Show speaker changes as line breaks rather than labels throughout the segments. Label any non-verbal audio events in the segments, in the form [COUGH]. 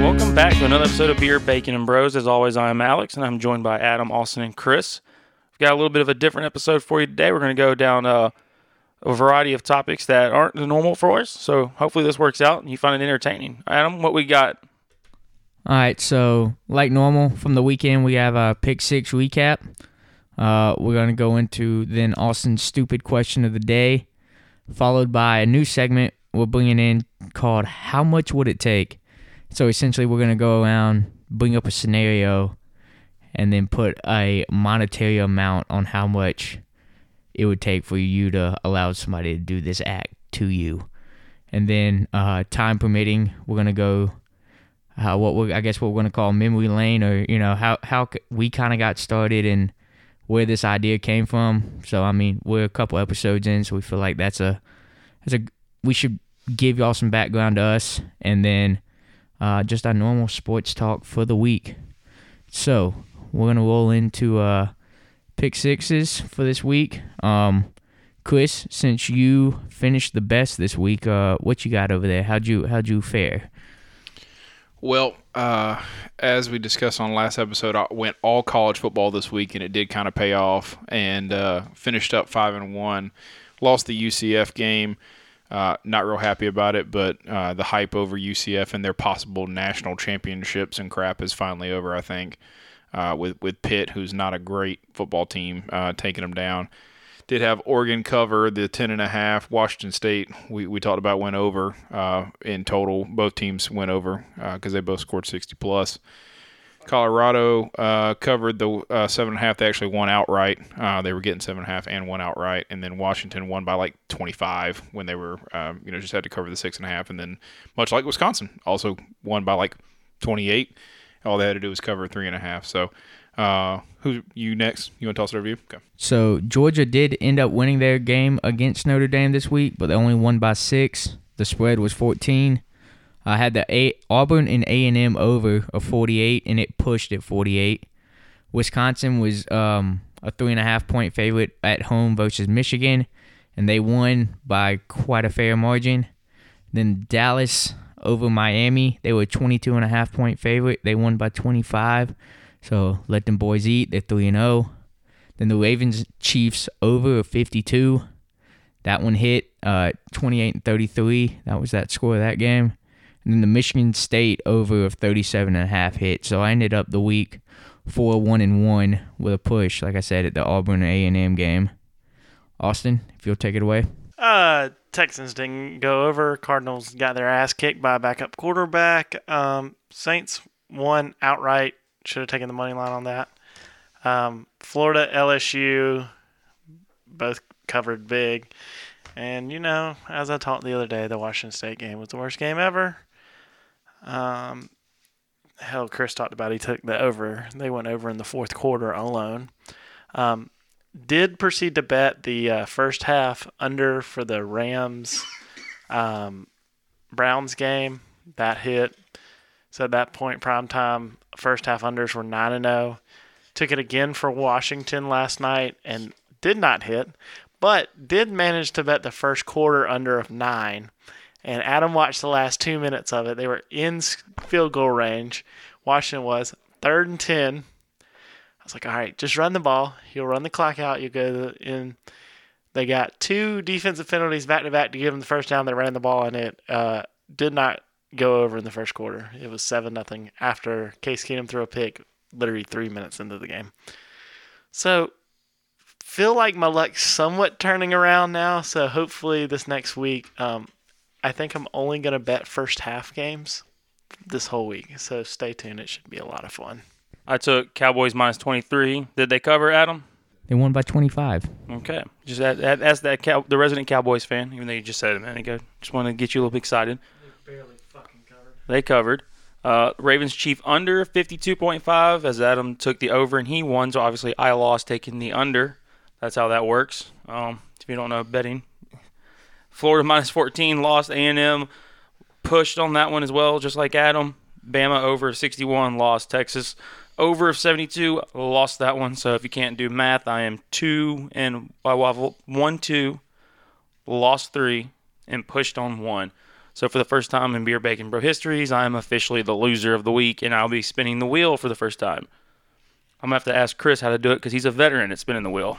Welcome back to another episode of Beer, Bacon, and Bros. As always, I am Alex, and I'm joined by Adam, Austin, and Chris. We've got a little bit of a different episode for you today. We're going to go down uh, a variety of topics that aren't the normal for us. So hopefully this works out and you find it entertaining. Adam, what we got?
All right, so like normal from the weekend, we have a pick six recap. Uh, we're gonna go into then Austin's stupid question of the day, followed by a new segment we're bringing in called "How much would it take?" So essentially, we're gonna go around, bring up a scenario, and then put a monetary amount on how much it would take for you to allow somebody to do this act to you. And then, uh, time permitting, we're gonna go uh, what we I guess what we're gonna call memory lane, or you know how how c- we kind of got started and where this idea came from. So I mean, we're a couple episodes in, so we feel like that's a that's a we should give y'all some background to us, and then uh, just our normal sports talk for the week. So we're gonna roll into uh, pick sixes for this week. Um, Chris, since you finished the best this week, uh, what you got over there? How'd you how'd you fare?
Well, uh, as we discussed on last episode, I went all college football this week, and it did kind of pay off. And uh, finished up five and one. Lost the UCF game. Uh, not real happy about it, but uh, the hype over UCF and their possible national championships and crap is finally over. I think uh, with with Pitt, who's not a great football team, uh, taking them down. Did have Oregon cover the ten and a half. Washington State, we, we talked about went over uh, in total. Both teams went over because they both scored sixty plus. Colorado uh, covered the uh, seven and a half. They actually won outright. Uh, they were getting seven and a half and one outright. And then Washington won by like 25 when they were, um, you know, just had to cover the six and a half. And then, much like Wisconsin, also won by like 28. All they had to do was cover three and a half. So, uh, who you next? You want to toss it over to you? Okay.
So Georgia did end up winning their game against Notre Dame this week, but they only won by six. The spread was 14. I had the a- Auburn and A and M over of 48, and it pushed at 48. Wisconsin was um, a three and a half point favorite at home versus Michigan, and they won by quite a fair margin. Then Dallas over Miami, they were a 22 and a half point favorite. They won by 25. So let them boys eat. They're 3 and oh. 0. Then the Ravens Chiefs over of 52. That one hit uh, 28 and 33. That was that score of that game. And then the Michigan State over of 37 and a half hit. So I ended up the week 4 1 and 1 with a push, like I said, at the Auburn A&M game. Austin, if you'll take it away.
Uh, Texans didn't go over. Cardinals got their ass kicked by a backup quarterback. Um, Saints won outright. Should have taken the money line on that. Um, Florida, LSU, both covered big. And, you know, as I talked the other day, the Washington State game was the worst game ever. Um, hell, Chris talked about he took the over. They went over in the fourth quarter alone. Um, did proceed to bet the uh, first half under for the Rams um, Browns game. That hit. So at that point, prime time first half unders were 9 and 0. Took it again for Washington last night and did not hit, but did manage to bet the first quarter under of 9. And Adam watched the last two minutes of it. They were in s- field goal range. Washington was third and 10. I was like, all right, just run the ball. You'll run the clock out. You'll go to the- in. They got two defensive penalties back to back to give them the first down. They ran the ball and it uh, did not go over in the first quarter. It was seven nothing after Case Keenum threw a pick literally three minutes into the game. So feel like my luck's somewhat turning around now. So hopefully this next week, um, I think I'm only gonna bet first half games this whole week. So stay tuned. It should be a lot of fun.
I took Cowboys minus 23. Did they cover, Adam?
They won by 25.
Okay. Just that, that, that's that cow, the resident Cowboys fan, even though you just said it a minute ago. Just want to get you a little bit excited. They barely fucking covered. They covered. Uh, Ravens Chief under 52.5 as Adam took the over and he won. So obviously I lost taking the under. That's how that works. Um, if you don't know betting, Florida minus 14 lost. A&M pushed on that one as well, just like Adam. Bama over 61, lost. Texas over of 72, lost that one. So if you can't do math, I am two and I waffle one, two, lost three, and pushed on one. So for the first time in beer bacon bro histories, I am officially the loser of the week, and I'll be spinning the wheel for the first time. I'm gonna have to ask Chris how to do it because he's a veteran at spinning the wheel.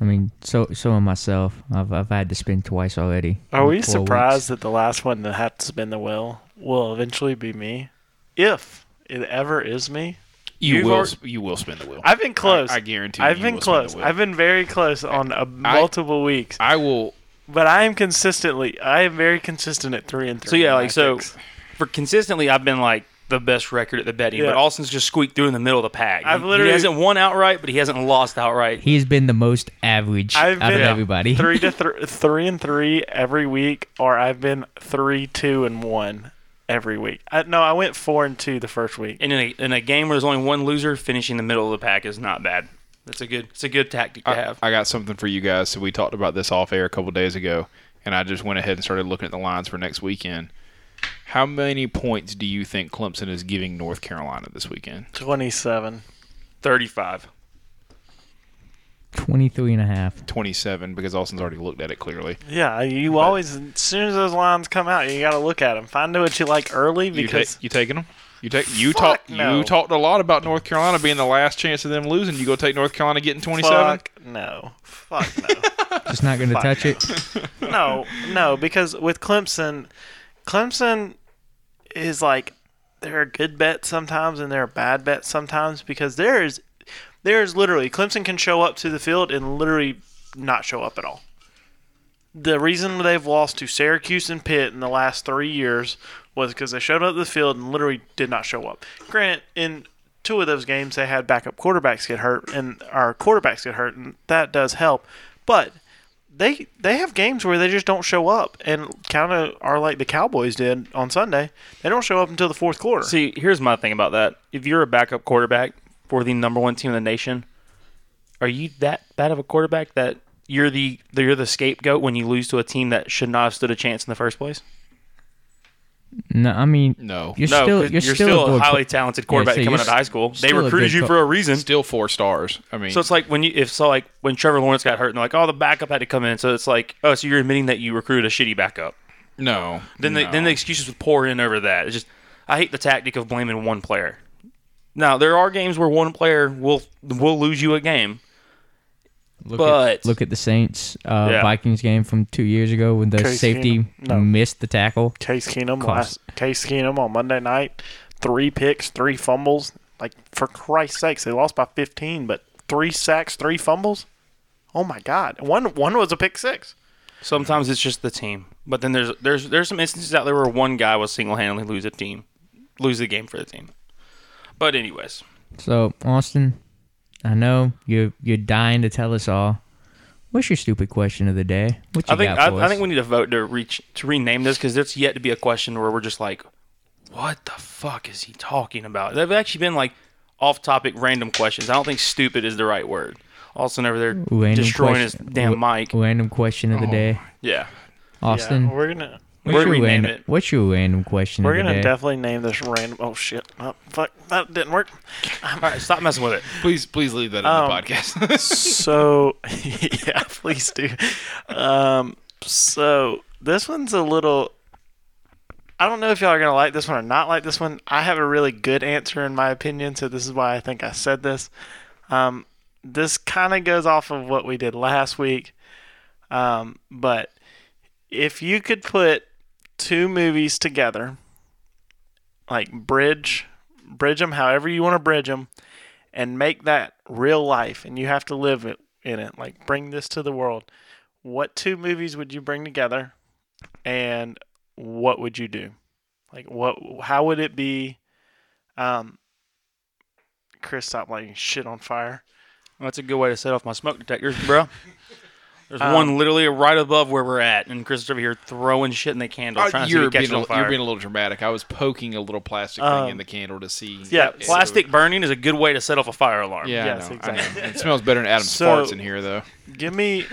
I mean, so so am myself. I've I've had to spin twice already.
Are
in
we
four
surprised
weeks.
that the last one that had to spin the wheel will eventually be me? If it ever is me.
You
You've
will.
already-
sp- you will spin the wheel.
I've been close.
I, guarantee.
I've
you
been
will spin the
close.
wheel.
I've been very close on a, multiple weeks,
I will.
but I am consistently. I am very consistent at three and three.
So yeah,
in
like
my
so
picks.
for consistently, I've been like the best record at the betting,
Yeah.
but Austin's just squeaked through in the middle of the pack.
I've
He-
literally-
he hasn't won outright, but he hasn't lost outright.
He's been the most average
I've
out
been
of everybody. [LAUGHS]
three to thr three and three every week, or I've been three, two, and one every week. I, no, I went four and two the first week.
And in a, in a game where there's only one loser, finishing the middle of the pack is not bad. That's a good. It's a good tactic to
I,
have.
I got something for you guys. So we talked about this off air a couple days ago, and I just went ahead and started looking at the lines for next weekend. How many points do you think Clemson is giving North Carolina this weekend?
Twenty-seven.
Thirty-five.
23 and a half.
27 because Austin's already looked at it clearly.
Yeah, you always. As soon as those lines come out, you got to look at them. Find out what you like early
You,
because
ta- you taking them? You take you
Fuck
talked
no.
you talked a lot about North Carolina being the last chance of them losing. You go take North Carolina getting 27?
fuck no, fuck
Just not going to
Fuck
touch it.
no, no, no. Because with Clemson, Clemson is like there are good bets sometimes and there are bad bets sometimes because there is there is literally Clemson can show up to the field and literally not show up at all. The reason they've lost to Syracuse and Pitt in the last three years was because they showed up to the field and literally did not show up. Granted, in two of those games they had backup quarterbacks get hurt and our quarterbacks get hurt and that does help, but they they have games where they just don't show up and kind of are like the Cowboys did on Sunday. They don't show up until the fourth quarter.
See, here's my thing about that. If you're a backup quarterback for the number one team in the nation, are you that bad of a quarterback that you're the that you're the scapegoat when you lose to a team that should not have stood a chance in the first place?
No, I mean,
No.
you're
No,
still
'cause
you're, still, a
a
good
highly
qu-
talented quarterback
so
coming
you're
out of high school. They
still a
recruited
good
you
co-
for a reason.
Still four stars. I mean,
So it's like when you if so like when Trevor Lawrence got hurt and like oh the backup had to come in. So it's like oh so you're admitting that you recruited a shitty backup.
no.
Then the,
no.
then the excuses would pour in over that. It's just I hate the tactic of blaming one player. Now there are games where one player will will lose you a game,
look
but
at, look at the Saints uh,
Yeah.
Vikings game from two years ago when the
Case
safety
Keenum. No.
missed the tackle.
Case Keenum
Cost.
last Case Keenum on Monday night, three picks, three fumbles. Like for Christ's sakes, they lost by 15, but three sacks, three fumbles. Oh my God! One one was a pick six.
sometimes it's just the team. But then there's there's there's some instances out there where one guy will single handedly lose a team, lose the game for the team. But anyways,
So Austin, I know you're you're dying to tell us all. What's your stupid question of the day? What you
I think
got for
I, I
us?
think we need to vote to reach to rename this because it's yet to be a question where we're just like, what the fuck is he talking about? They've actually been like off-topic random questions. I don't think "stupid" is the right word. Austin over there
Random
destroying
question-
his damn
wh-
mic.
Random question
Oh
of the day,
Yeah,
Austin.
Yeah, we're gonna
we're
what's, your
renaming
random,
it.
what's your random question
we're
of the
gonna
day?
definitely name this random. Oh shit! Oh, fuck, that didn't work.
All right, stop messing with it.
please please leave that in
Um,
the podcast. [LAUGHS]
so [LAUGHS] yeah, please do. Um, so this one's a little. I don't know if y'all are gonna like this one or not like this one. I have a really good answer in my opinion, so this is why I think I said this. Um, this kind of goes off of what we did last week, um, but if you could put two movies together, like bridge, bridge them however you want to bridge them, and make that real life and you have to live it in it like bring this to the world what two movies would you bring together and what would you do like what how would it be um chris stop lighting shit on fire
Well, that's a good way to set off my smoke detectors, bro. There's
Um,
one literally right above where we're at, and Chris is over here throwing shit in the candle,
Uh,
trying to see
you're,
if it
being
catches
a,
on fire.
you're being a little dramatic. I was poking a little plastic
Um,
thing in the candle to see.
yeah,
if it
Plastic burning is a good way to set off a fire alarm.
Yeah,
Yes,
I know, I know.
exactly.
It smells better than Adam's
So-
farts in here, though.
give me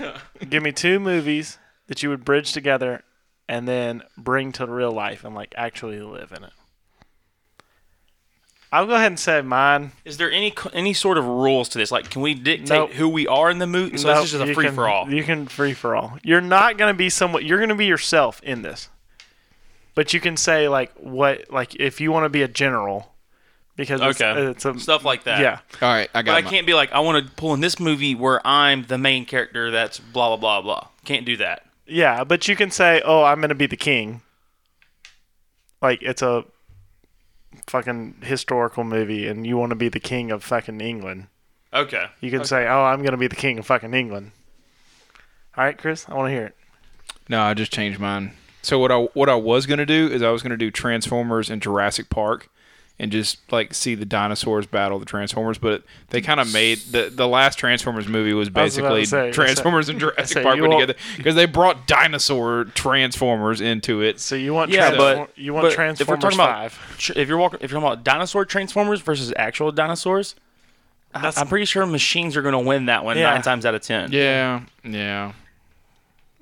give me two movies that you would bridge together and then bring to real life and like actually live in it I'll go ahead and say mine.
Is there any any sort of rules to this? Like, can we dictate
Nope.
who we are in the movie? So
Nope,
this is just
you
a free
can-
for all.
You can free for all. You're not gonna be someone. You're gonna be yourself in this. But you can say like what like if you want to be a general, because it's-
Okay,
it's, a
stuff like that.
Yeah,
All right, I got.
but I
mine.
can't be like I want to pull in this movie where I'm the main character. That's blah blah blah blah. Can't do that.
yeah. But you can say, oh, I'm gonna be the king. Like it's a fucking historical movie, and you want to be the king of fucking England.
Okay.
You can say, oh, I'm gonna be the king of fucking England. All right, Chris, I want to hear it.
No, I just changed mine. So what I what I was gonna do is I was gonna do Transformers and Jurassic Park, and just like see the dinosaurs battle the Transformers. But they kind of made the the last Transformers movie was
was about to
basically
say,
Transformers and
I say,
Jurassic Park
you
put
all-
together because they brought dinosaur Transformers into it.
So you want
Yeah,
transform-
but
you want
but if we're
Transformers
talking about
Five.
tr- if you're walking, if you're talking about dinosaur transformers versus actual dinosaurs, I- I'm pretty sure machines are going to win that one
Yeah.
nine times out of ten.
Yeah, yeah,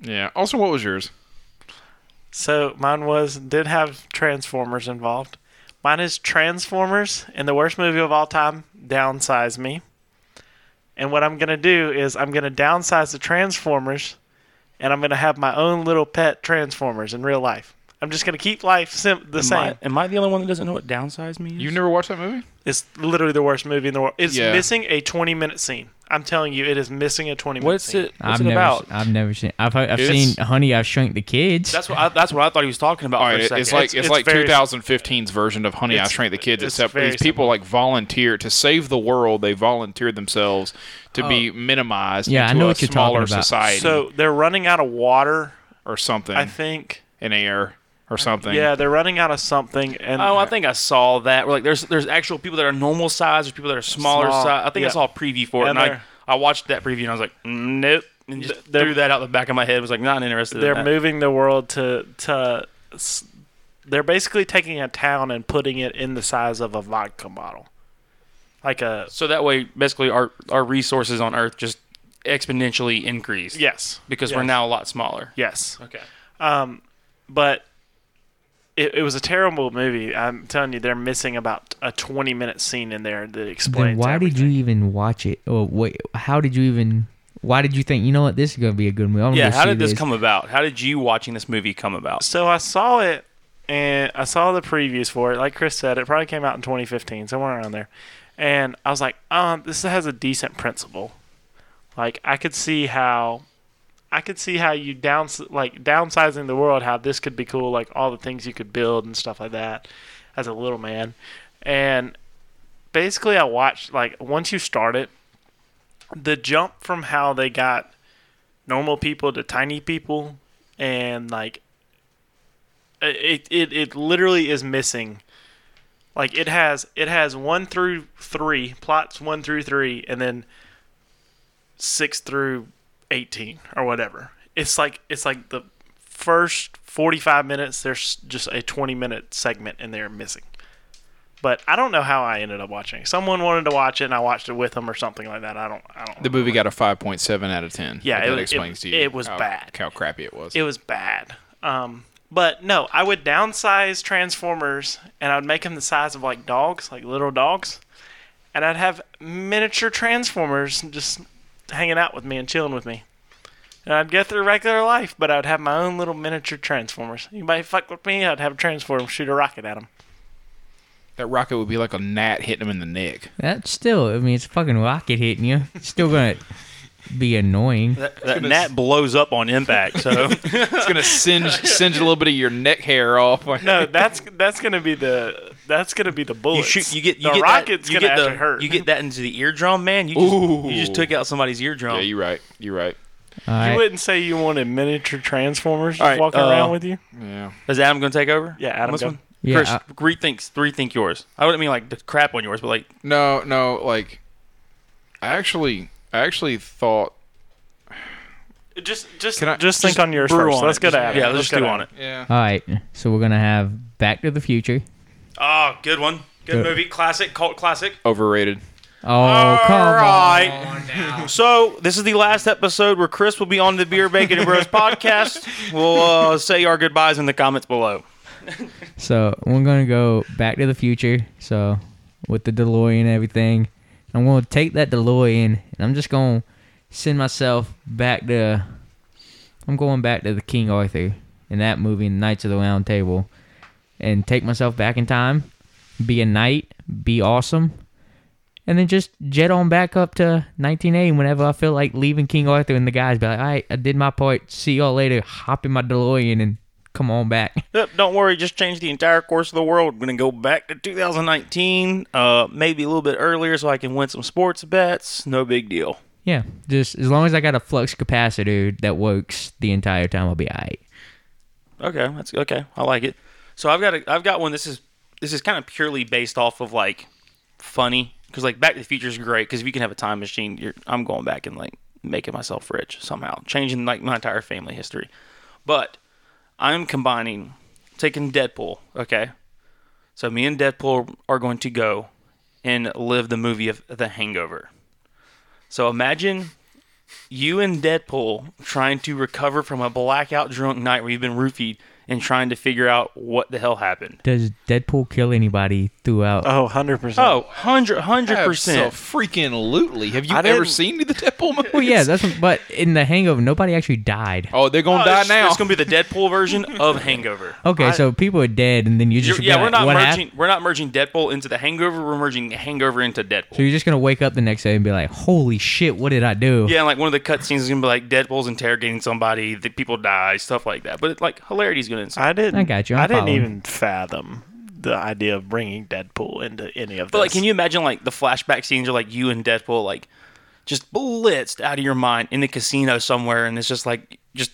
yeah. Also, what was yours?
So mine was did have Transformers involved. Mine is Transformers and the worst movie of all time, Downsize Me. And what I'm gonna do is I'm gonna downsize the Transformers, and I'm gonna have my own little pet Transformers in real life. I'm just gonna keep life sim- the
Am
same.
I, am I the only one that doesn't know what downsize means?
You never watched that movie?
It's literally the worst movie in the world. It's
Yeah.
missing a 20 minute scene. I'm telling you, it is missing a 20 minute.
What's
scene.
it? What's
I've
it
never,
about?
I've never seen. I've, I've
It's-
seen Honey, I Shrunk the Kids.
That's what I, that's what I thought he was talking about.
All
for
right,
a
it-
second.
it's like
It's-
it's,
it's
like
very-
2015's version of Honey, I
It's-
Shrrank the Kids,
it's
except
very
these people like volunteer to save the world. They volunteered themselves to be minimized
Yeah, I
into
know
a
what you're talking
smaller
about.
society
Oh. So they're running out of water.
or something,
I think.
in air or something.
Yeah, they're running out of something, and
Oh, I think I saw that. Where like there's there's actual people that are normal size, there's people that are smaller
Small,
size. I think
yeah.
I saw a preview for it, and,
And
I
they're-
I watched that preview and I was like, nope, and just
They're-
threw that out the back of my head. Was like, not interested.
they're
in that.
moving the world to to s- they're basically taking a town and putting it in the size of a vodka bottle like a
So that way, basically, our our resources on Earth just exponentially increase.
yes
because we're
Yes.
now a lot smaller.
yes
Okay.
but it, it was a terrible movie i'm telling you they're missing about a 20 minute scene in there that
then
explains
why
everything.
did you even watch it? Or wait, how did you even? Why did you think you know what this is gonna be a good movie? I'm gonna
Yeah.
go
How
see
did this
this
come about? How did you watching this movie come about?
So I saw it and I saw the previews for it. Like Chris said, it probably came out in 2015, somewhere around there. And I was like, um, this has a decent principle. Like I could see how I could see how you down like downsizing the world, how this could be cool, like all the things you could build and stuff like that as a little man. And basically I watched like once you start it, the jump from how they got normal people to tiny people and like it it, it literally is missing like it has it has one through three plots one through three and then six through 18 or whatever it's like it's like the first 45 minutes there's just a 20 minute segment in there missing but i don't know how i ended up watching it. someone wanted to watch it and i watched it with them or something like that i don't i don't
The movie got a 5.7 out of 10.
Yeah,
Like,
it
that
was-
explains
it-
to you.
it was
how,
bad.
How crappy it was.
it was bad. Um, but no, I would downsize Transformers and I would make them the size of like dogs, like little dogs, and I'd have miniature Transformers just hanging out with me and chilling with me. And I'd go through regular life, but I'd have my own little miniature Transformers. Anybody fuck with me, I'd have a Transformer shoot a rocket at them.
that rocket would be like a gnat hitting him in the
[LAUGHS]
neck.
That's still. I mean, it's a fucking rocket hitting you. It's still gonna
[LAUGHS]
be annoying.
That, that Nat blows up on impact. [LAUGHS] So
It's gonna singe singe a little bit of your neck hair off.
[LAUGHS]
No, that's that's gonna be the that's gonna be the
you
bullets.
shoot, you get you
the
get
rocket's
that, you
gonna
get the,
actually hurt.
You get that into the eardrum, man. You just, you
Ooh.
just took out somebody's eardrum.
yeah, you're right. You're right.
All
You
right.
wouldn't say you wanted miniature Transformers
All right,
walking
uh,
around with you.
Yeah.
Is Adam going to take over?
Yeah, Adam,
on this
go.
one.
Yeah, uh,
Chris,
I-
rethinks, rethink yours. I wouldn't mean like the crap on yours, but like
No, no, like I actually I actually thought
Just, just,
Can I-
Uh, just think on yours
brew
first.
on
Let's
it.
go to
Just-
Adam.
Yeah, let's,
go
do
to
on it.
Adam.
Yeah.
All right. So we're gonna have Back to the Future.
Oh, good one. Good
Good.
movie, classic, cult classic.
Overrated.
Oh come
right. So this is the last episode where Chris will be on the Beer Bacon and
[LAUGHS]
Bros podcast. We'll uh, say our goodbyes in the comments below.
on. So we're gonna go Back to the Future. So with the DeLorean and everything. I'm going to take that DeLorean and I'm just going to send myself back to. I'm going back to the King Arthur in that movie, Knights of the Round Table, and take myself back in time, be a knight, be awesome, and then just jet on back up to 1980 whenever I feel like leaving King Arthur and the guys be like, all right, I did my part. See y'all later. Hop in my DeLorean and come on back. [LAUGHS]
Yep, don't worry, just change the entire course of the world. We're gonna go back to 2019, uh, maybe a little bit earlier, so I can win some sports bets. No big deal.
Yeah, just as long as I got a flux capacitor that works the entire time, I'll be all right.
Okay, that's okay. I like it. So I've got a, I've got one. This is this is kind of purely based off of like funny because like Back to the Future is great because if you can have a time machine, you're, I'm going back and like making myself rich somehow, changing like my entire family history. But I'm combining taking Deadpool. Okay, so me and Deadpool are going to go and live the movie of The Hangover. So imagine you and Deadpool trying to recover from a blackout drunk night where you've been roofied and trying to figure out what the hell happened.
Does Deadpool kill anybody throughout?
Oh, 100%.
Oh, 100
So
percent.
freaking lootly. Have you
I
ever
didn't-
seen the Deadpool movie?
well, Oh, yeah, that's but in the Hangover, nobody actually died.
Oh, they're gonna die now.
It's gonna be the Deadpool
[LAUGHS]
version of Hangover.
Okay, so people are dead, and then Oh, you
Oh, You're-
just
yeah,
be
we're
like,
not
what
merging.
happened?
We're not merging Deadpool into the Hangover. We're merging Hangover into Deadpool.
So you're just gonna wake up the next day and be like, holy shit, what did I do?
Yeah, and like one of the cutscenes is gonna be like Deadpool's interrogating somebody, the people die, stuff like that. But it, like hilarity's gonna ensue.
Oh, I didn't.
I got you. I'm
I didn't
following.
even fathom the idea of bringing Deadpool into any of this.
But like, can you imagine like the flashback scenes are like you and Deadpool like just blitzed out of your mind in the casino somewhere, and it's just like just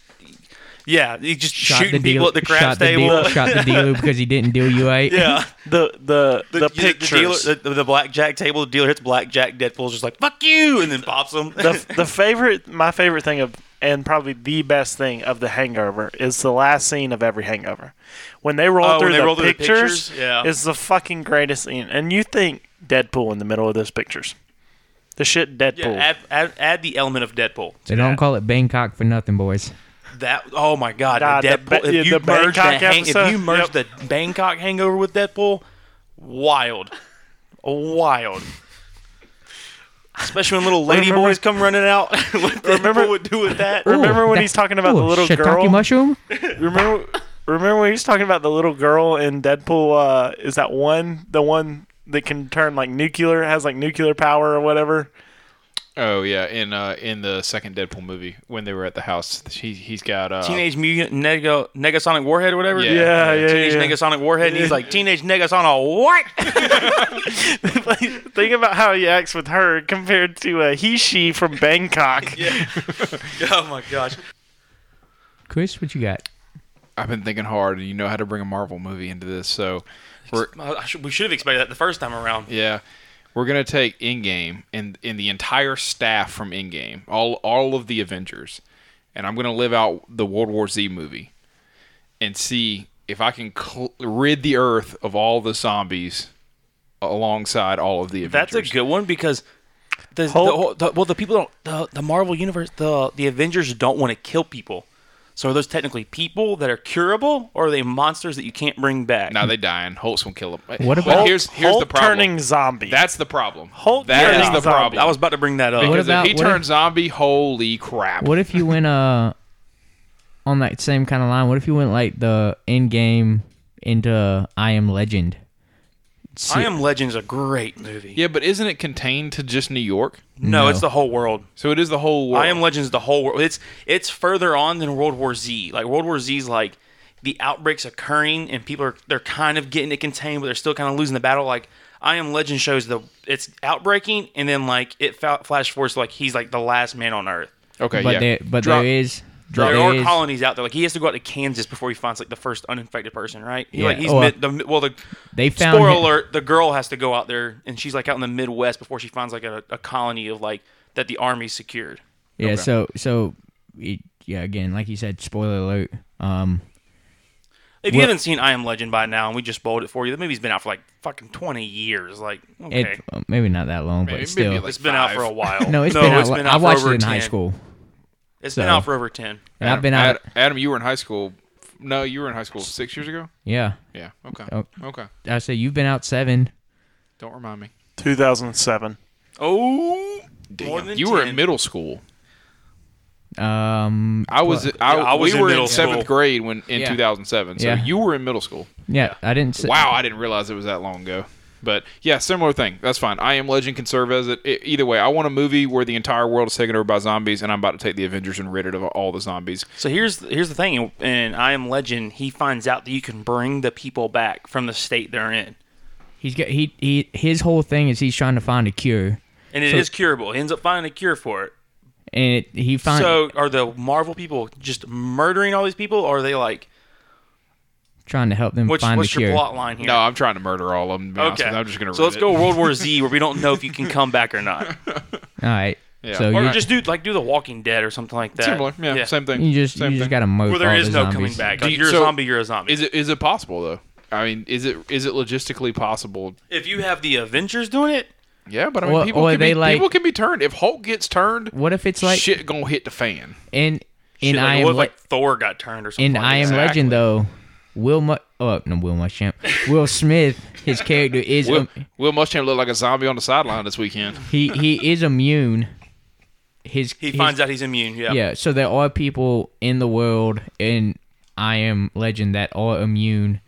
yeah, you just shooting people at the
shot
craft
the
table.
dealer, shot the dealer because he didn't deal you
[LAUGHS]
right.
yeah.
the the the,
dealer,
pictures? The,
the, the, the blackjack table, the dealer hits blackjack. Deadpool's just like "fuck you" and then pops him.
the favorite, my favorite thing of, and probably the best thing of the Hangover is the last scene of every Hangover, when they roll
Oh, when
through
they
the
roll through the
pictures.
pictures, yeah.
is the fucking greatest scene. And you think Deadpool in the middle of those pictures? The shit
[LAUGHS]
Deadpool.
yeah, add, add, add the element of Deadpool.
They don't call it Bangkok for nothing, boys.
That oh my god,
God, the
Deadpool.
Ba-
if, you
the
merge the
Bangkok
hang, if
episode?
you merge the Bangkok Hangover with Deadpool, wild, wild. Especially when little lady
Remember-
boys come running
[LAUGHS]
out. what
Remember-
Deadpool would do with that?
Remember
Ooh,
when
that-
he's talking about the
ooh,
little
shiitake
girl?
mushroom?
Remember, remember when he was talking about the little girl in Deadpool? Uh, is that one the one that can turn like nuclear has like nuclear power or whatever?
Oh yeah, in uh, in the second Deadpool movie when they were at the house, he he's got uh,
Teenage Mutant Nega Negasonic Warhead or whatever.
Yeah.
Yeah, yeah,
Teenage
yeah.
Negasonic Warhead. And he's like Teenage Negasonic
[LAUGHS]
what? [LAUGHS]
Think about how he acts with her compared to uh, he she from
[LAUGHS]
Bangkok.
oh my gosh.
Chris, what you got?
I've been thinking hard, and you know how to bring a Marvel movie into this, so we're
I I should, we should have expected that the first time around.
yeah, we're gonna take in game and and the entire staff from in game, all all of the Avengers, and I'm gonna live out the World War Z movie, and see if I can cl- rid the Earth of all the zombies alongside all of the Avengers.
That's a good one because the,
Hulk-
the, whole- the well the people don't the, the Marvel universe the the Avengers don't want to kill people. So are those technically people that are curable or are they monsters that you can't bring back?
Now they dying. Hulk's gonna kill them.
What
But
about-
here's here's
Hulk
the problem.
turning zombie?
That's the problem.
Hulk
That is
turning
the
zombie.
problem.
I was about to bring that up.
What
because
about-
if he
what
turns
if-
zombie, holy crap!
What if you went uh on that same kind of line? What if you went like the end game into I Am Legend? See-
I Am Legend's a great movie.
Yeah, but isn't it contained to just New York?
No,
No.
it's the whole world.
So it is the whole world.
I Am Legend's the whole world. It's it's further on than World War Z. Like World War Z's like the outbreaks occurring and people are they're kind of getting it contained, but they're still kind of losing the battle. Like I Am Legend shows the it's outbreaking and then like it fa- flash forwards to, like he's like the last man on Earth.
okay,
but
yeah.
there, but
Drop-
there is. but
There
there
are
is-
colonies out there. Like he has to go out to Kansas before he finds like the first uninfected person, right? He,
Yeah.
Like he's
Oh,
mid, the, well the
They found
spoiler
him-
alert, the girl has to go out there and she's like out in the Midwest before she finds like a, a colony of like that the army secured.
Yeah. So so it, yeah. Again, like you said, spoiler alert. Um,
If you
Well-
haven't seen I Am Legend by now, and we just spoiled it for you, the movie's been out for like fucking twenty years. Like, okay,
it uh, maybe not that long,
Maybe-
but
maybe
still.
like
it's been out for a
five.
while.
[LAUGHS] no, it's been out. li- I
for
watched it
over
in high
10.
school,
It's
so-
been out for over ten.
and I've been out.
Ad- Adam, you were in high school. No, you were in high school six years ago.
Yeah,
Yeah. Okay.
Oh.
Okay.
I said you've been out seven.
Don't remind me.
2007.
Oh,
Damn, you were in middle school.
Um,
I was. I,
I was
we
in
were
middle
in seventh
school.
grade when in
Yeah.
2007. So
Yeah.
you were in middle school.
yeah, I didn't. Say,
Wow, I didn't realize it was that long ago. But yeah, similar thing. That's fine. I am Legend can serve as it. e- Either way, I want a movie where the entire world is taken over by zombies, and I'm about to take the Avengers and rid it of all the zombies.
So here's here's the thing. In I Am Legend, he finds out that you can bring the people back from the state they're in,
He's got he he. His whole thing is he's trying to find a cure,
and it is
So-
curable. He ends up finding a cure for it.
and it, he finds
So are the Marvel people just murdering all these people, or are they like,
trying to help them
what's
find
what's
a cure.
your plot line here?
No, I'm trying to murder all of them. To be honest
okay,
with you. I'm just gonna.
So
rid
let's
it.
go World War
[LAUGHS]
Z, where we don't know if you can come back or not,
All right.
Yeah.
So
or
you,
just do like do the Walking Dead or something like that.
Similar, yeah, same thing.
you just
same
you
thing.
just got to mow
Where there
all
is
the
no
zombies.
coming back.
Do
Like,
you-
you're a
so-
zombie. You're a zombie.
Is it is it possible though? I mean, is it is it logistically possible?
if you have the Avengers doing it,
Yeah, but I mean,
Or-
people,
or
can
they
be,
like-
people can be turned. If Hulk gets turned,
What if it's like
shit gonna hit the fan.
in in
shit, like,
I
it
am
looked
Le-
like Thor got turned or something.
in
like
I am
that.
Exactly.
Legend though? Will Mu- oh no Will Muschamp
[LAUGHS]
Will Smith his character is
Will,
um,
Will Muschamp looked like a zombie on the sideline this weekend.
he he is immune. His
He
his-
finds out he's immune. Yeah.
yeah. So there are people in the world in I am Legend that are immune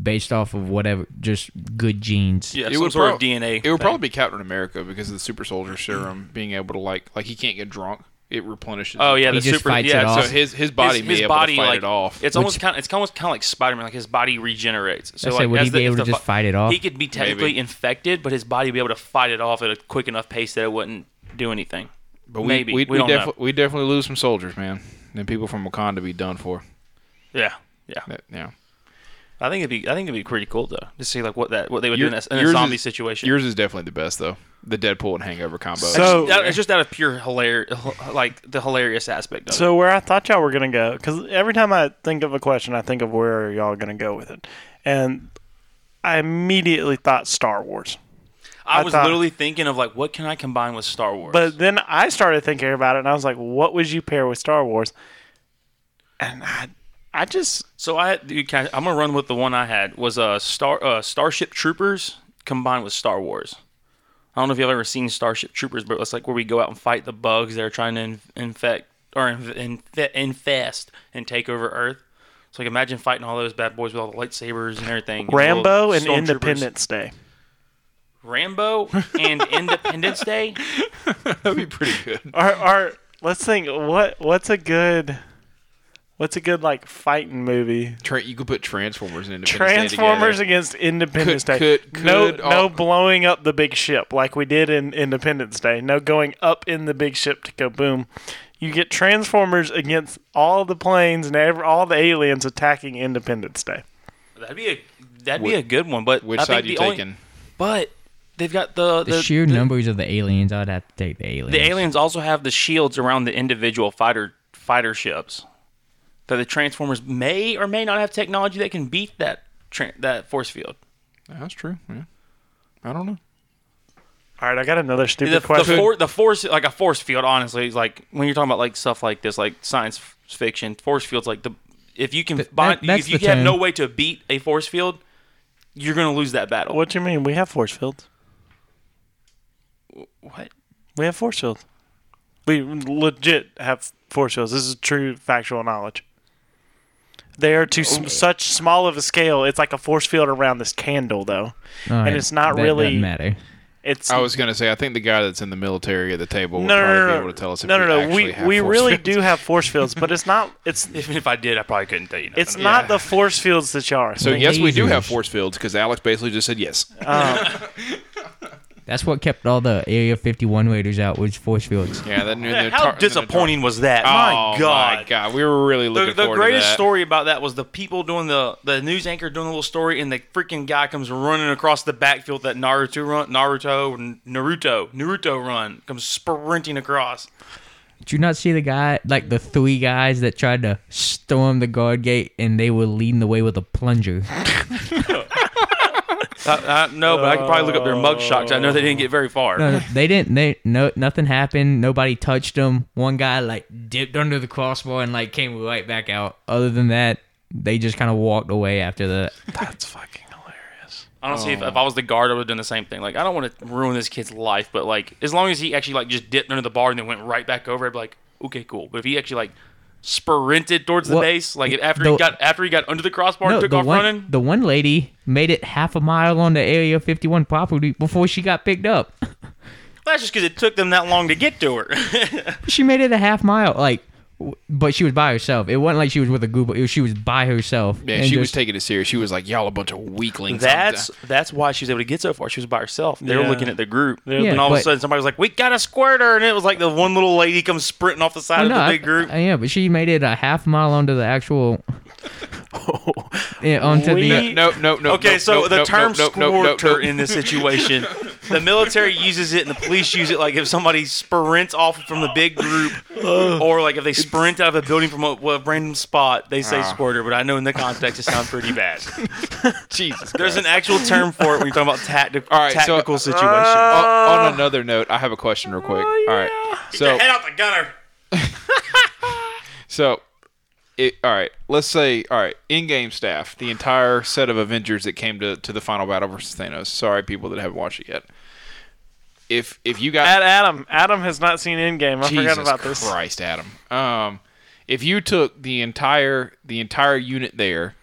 based off of whatever just good genes.
Yeah,
It
some
would
sort of
prob-
DNA.
It would
thing.
probably be Captain America because of the super soldier serum being able to like like he can't get drunk. It replenishes.
Oh yeah,
He
the
just
super.
fights
yeah,
it
so
off.
So his his body may be able to fight
like,
it off.
It's almost kind. Of, it's almost kind of like Spider Man. Like his body regenerates. So
I
like,
said, would
as
he be
the- if
able to
the
just
fi-
fight it off?
He could be technically
Maybe.
infected, but his body would be able to fight it off at a quick enough pace that it wouldn't do anything.
but we
maybe
we,
we don't know.
definitely we definitely lose some soldiers, man. And people from Wakanda be done for.
Yeah, yeah.
That- yeah.
I think it'd be. I think it'd be pretty cool though to see like what that what they would
Your-
do in a, in a
yours
zombie
is-
situation.
Yours is definitely the best though. The Deadpool and Hangover combo.
So-
That- it's just out of pure hilarious, like the hilarious aspect of it.
So where I thought y'all were gonna go, because every time I think of a question, I think of where are y'all gonna go with it, and I immediately thought Star Wars.
I,
I
was
thought-
literally thinking of like, what can I combine with Star Wars?
But then I started thinking about it, and I was like, "What would you pair with Star Wars?" And I, I just
So I, dude, can I I'm gonna run with the one I had was uh star uh, Starship Troopers combined with Star Wars. I don't know if you've ever seen Starship Troopers, but it's like where we go out and fight the bugs that are trying to in- infect or inf- inf- infest and take over Earth. So like imagine fighting all those bad boys with all the lightsabers and everything. and
Rambo
little
and
stormtroopers.
Independence Day.
Rambo
[LAUGHS]
and Independence Day.
that'd be pretty good.
Or, or let's think what what's a good, what's a good like fighting movie?
[LAUGHS] Tra- you could put Transformers in. Independence Day
Transformers
together.
against Independence
Could-
Day.
could-
no,
could all-
no blowing up the big ship like we did in Independence Day. No going up in the big ship to go boom. You get Transformers against all the planes and ev all the aliens attacking Independence Day.
That'd be a that'd be a good one. But
Which
I think
side you
the only-
taking?
But they've got the
The, sheer numbers of the aliens, I'd have to take the aliens.
The aliens also have the shields around the individual fighter fighter ships. That the Transformers may or may not have technology that can beat that tra- that force field.
That's true. Yeah. I don't know.
All right, I got another stupid
The, the,
question.
for, the force like a force field honestly is like when you're talking about like stuff like this like science f- fiction force fields like the if you can
Th-
bind,
that- that's
if you
the
have no
term.
way to beat a force field you're going to lose that battle.
what do you mean? We have force fields.
What?
We have force fields. We legit have force fields. This is true factual knowledge. They are to
Oh.
s- such small of a scale. It's like a force field around this candle, though.
All right,
it's not
that
really-
doesn't matter.
It's
I was gonna say I think the guy that's in the military at the table would
no,
probably
no, no,
be
no.
able to tell us if
no, no,
we
no.
actually
We
have
we
force
really
fields.
do have force fields, but it's not.
[LAUGHS]
It's
Even if I did I probably couldn't tell you. nothing
it's
about
not the force fields that y'all are.
So
The
yes, we do have
lasers.
force fields because Alex basically just
[LAUGHS]
said yes.
That's what kept all the Area 51 raiders out was force fields.
Yeah, that knew
it. How disappointing was that?
Oh
my god.
my god, we were really
the,
looking
the
forward
greatest
to that.
story about that was the people doing the the news anchor doing a little story, and the freaking guy comes running across the backfield that Naruto run, Naruto Naruto Naruto run comes sprinting across.
Did you not see the guy, like the three guys that tried to storm the guard gate and they were leading the way with a plunger? [LAUGHS]
I, I, no, but I could probably look up their mug shots. I know they didn't get very far.
No, they didn't. They no nothing happened. Nobody touched them. One guy like dipped under the crossbar and like came right back out. Other than that, they just kind of walked away after that.
That's fucking hilarious.
Honestly, if, if I was the guard, I would have done the same thing. Like, I don't want to ruin this kid's life, but like, as long as he actually like just dipped under the bar and then went right back over, I'd be like, okay, cool. But if he actually like sprinted towards the
Well,
base, like
it-
after
the-
he got after he got under the crossbar
No,
and took
the
off
one
running,
the one lady made it half a mile on the Area 51 property before she got picked up.
well, that's just because it took them that long to get to her. [LAUGHS]
she made it a half mile, like, w- but she was by herself. It wasn't like she was with a group. It was, she was by herself.
Yeah,
and
she was
just-
taking it serious. She was like, "Y'all a bunch of weaklings." I'm
that's
d-
that's why she was able to get so far. She was by herself. They
Yeah.
were looking at the group,
Yeah,
and all of
but-
a sudden somebody was like, "We got a squirter!" And it was like the one little lady comes sprinting off the side
Oh,
of
no,
the
I-
big group.
I- yeah, but she made it a half mile onto the actual. yeah, onto
We-
the.
no, no, no.
Okay,
no,
so
no,
the
no,
term
no,
squirter
no, no, no, no.
in this situation, the military uses it and the police use it. Like if somebody sprints off from the big group, or like if they sprint out of a building from a, a random spot, they say squirter. But I know in the context it sounds pretty bad. [LAUGHS]
Jesus.
There's an actual term for it when you're talking about tacti-
All right, so-
tactical situation.
on,
Uh,
on another note, I have a question real quick.
Oh,
All right, so
Head out the gunner.
so, it, all right. Let's say, all right, in-game staff, the entire set of Avengers that came to, to the final battle versus Thanos. Sorry, people that haven't watched it yet. If if you got
At Adam. Adam has not seen Endgame. I
Jesus
forgot about this.
Christ, Adam. Um, if you took the entire the entire unit there,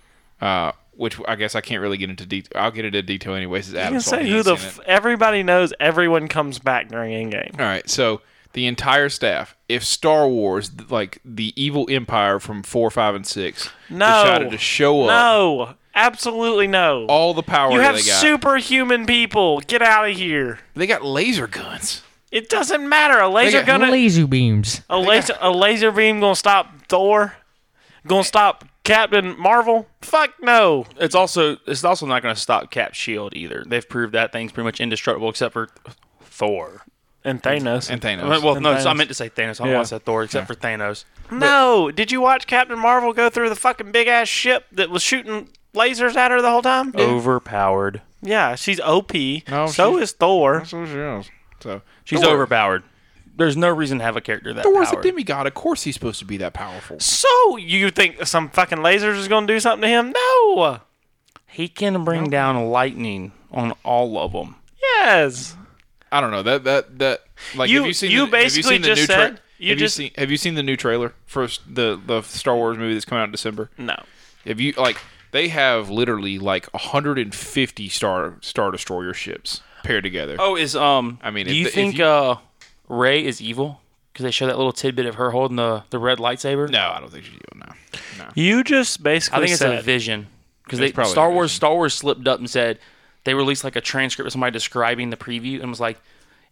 uh, which I guess I can't really get into detail. I'll get into detail anyways. As
I
Adam,
can say who the f- everybody knows. Everyone comes back during Endgame.
All right, so the entire staff. If Star Wars, th- like the evil empire from four, five, and six,
No.
decided to show up,
No, absolutely no.
all the power
you
that
have
they got.
superhuman people. Get out of here.
they got laser guns.
It doesn't matter. A laser
got-
gonna
Laser beams.
a laser a laser beam gonna stop Thor? Gonna
Eh.
stop Captain Marvel? Fuck no.
It's also it's also not going to stop Cap Shield either. They've proved that thing's pretty much indestructible except for Thor.
And Thanos.
And Thanos.
Well, no,
Thanos.
I meant to say Thanos. I don't
Yeah.
want to say Thor except for Thanos.
no. Did you watch Captain Marvel go through the fucking big ass ship that was shooting lasers at her the whole time?
Overpowered.
Yeah, she's OP.
Oh. No,
so
she's-
is Thor.
So she is. So
She's
Thor-
overpowered. There's no reason to have a character that
Thor's a
powered.
demigod. Of course, he's supposed to be that powerful.
So you think some fucking lasers is gonna do something to him? No.
he can bring down lightning on all of them.
Yes.
I don't know that that that like
You-
have you seen
you
the, have
basically
seen the
just
new tra-
said- you
have
just-
you seen have you seen the new trailer for s- the the Star Wars movie that's coming out in December?
No.
If you like, they have literally like 150 star star destroyer ships paired together.
Oh, is um?
I mean,
do
if
you
the- if
think
you-
uh, Ray is evil? Because they show that little tidbit of her holding the the red lightsaber.
No, I don't think she's evil. No, no.
You just basically
I think it's
said
a vision. Because
It's
they
probably
Star
a
Wars Star Wars slipped up and said they released like a transcript of somebody describing the preview and was like,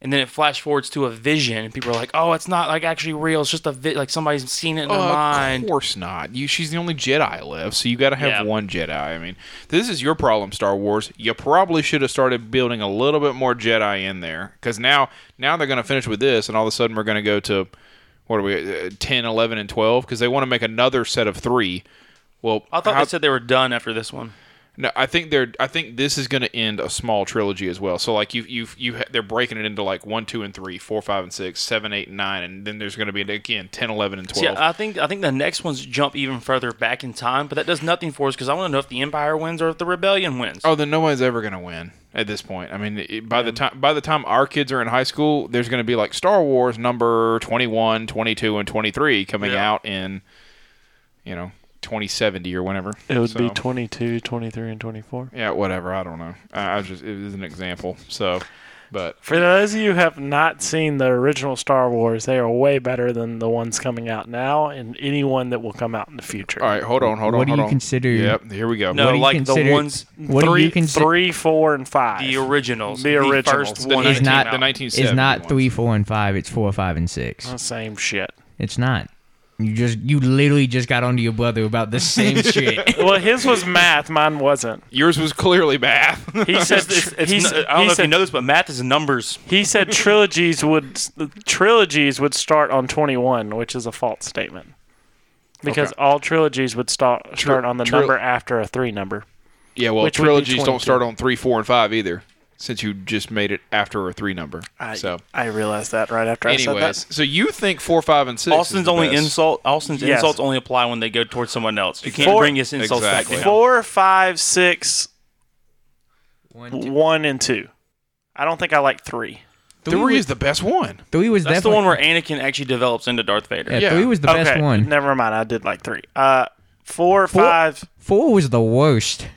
and then it flash forwards to a vision and people are like, oh, it's not like actually real. It's just a vi- like somebody's seen it in their
Oh, Of
mind.
course not. You, she's the only Jedi left, so you got to have
Yeah.
one Jedi. I mean, this is your problem, Star Wars. You probably should have started building a little bit more Jedi in there, because now, now they're going to finish with this, and all of a sudden we're going to go to what are we, uh, 10, 11, and twelve? Because they want to make another set of three. Well,
I thought
how-
they said they were done after this one.
No, I think they're. I think this is going to end a small trilogy as well. So like you, you, you, ha- they're breaking it into like one, two, and three, four, five, and six, seven, eight, and nine, and then there's going to be again 10, 11, and
Yeah,
twelve.
I think I think the next ones jump even further back in time, but that does nothing for us because I want to know if the Empire wins or if the Rebellion wins.
oh, then no one's ever going to win at this point. I mean, it, by the time by the time our kids are in high school, there's going to be like Star Wars number 21, 22, and twenty three coming
Yeah.
out in, you know, twenty seventy or whenever.
It would be
So,
22, 23, and 24.
yeah, whatever. I don't know. I, I was just it was an example. So, but
For those of you who have not seen the original Star Wars, they are way better than the ones coming out now and anyone that will come out in the future.
all right, hold on, hold on.
What do
hold
you
on.
consider-
Yep, here we go.
no,
do you
like the
consider-
ones
What
three,
do you consider?
three, four, and five.
the originals,
The originals.
first
The
one
It's
that
not-
came
the
out.
1970s.
It's not three, four, and five. It's four, five, and six.
Same shit.
It's not. You just you literally just got onto your brother about
[LAUGHS]
the same shit.
Well, his was math, mine wasn't.
Yours was clearly math.
[LAUGHS]
He said,
It's, it's,
he,
n-
said-
I don't
he
know if
said,
you know this, but math is numbers.
he said trilogies would trilogies would start on 21, which is a false statement. Because
Okay.
all trilogies would start start on the
tril-
number after a three number.
yeah, well,
Which would be
trilogies
22.
don't start on three, four, and five either, since you just made it after a three number.
I,
so,
I realized that right after I said that.
anyways, so you think four, five, and six? is
Austin's
the
only
best.
insult. Austin's
Yes.
insults only apply when they go towards someone else. You can't
Four-
bring his insults
Exactly.
back down.
Four, five, six,
One, two.
one and two. I don't think I like three.
Three,
was,
is the best one.
three was
That's the
definitely
one where Anakin actually develops into Darth Vader.
yeah,
Yeah.
three was the best
okay,
one.
Never mind. I did like three. Uh, four, five.
Four was the worst.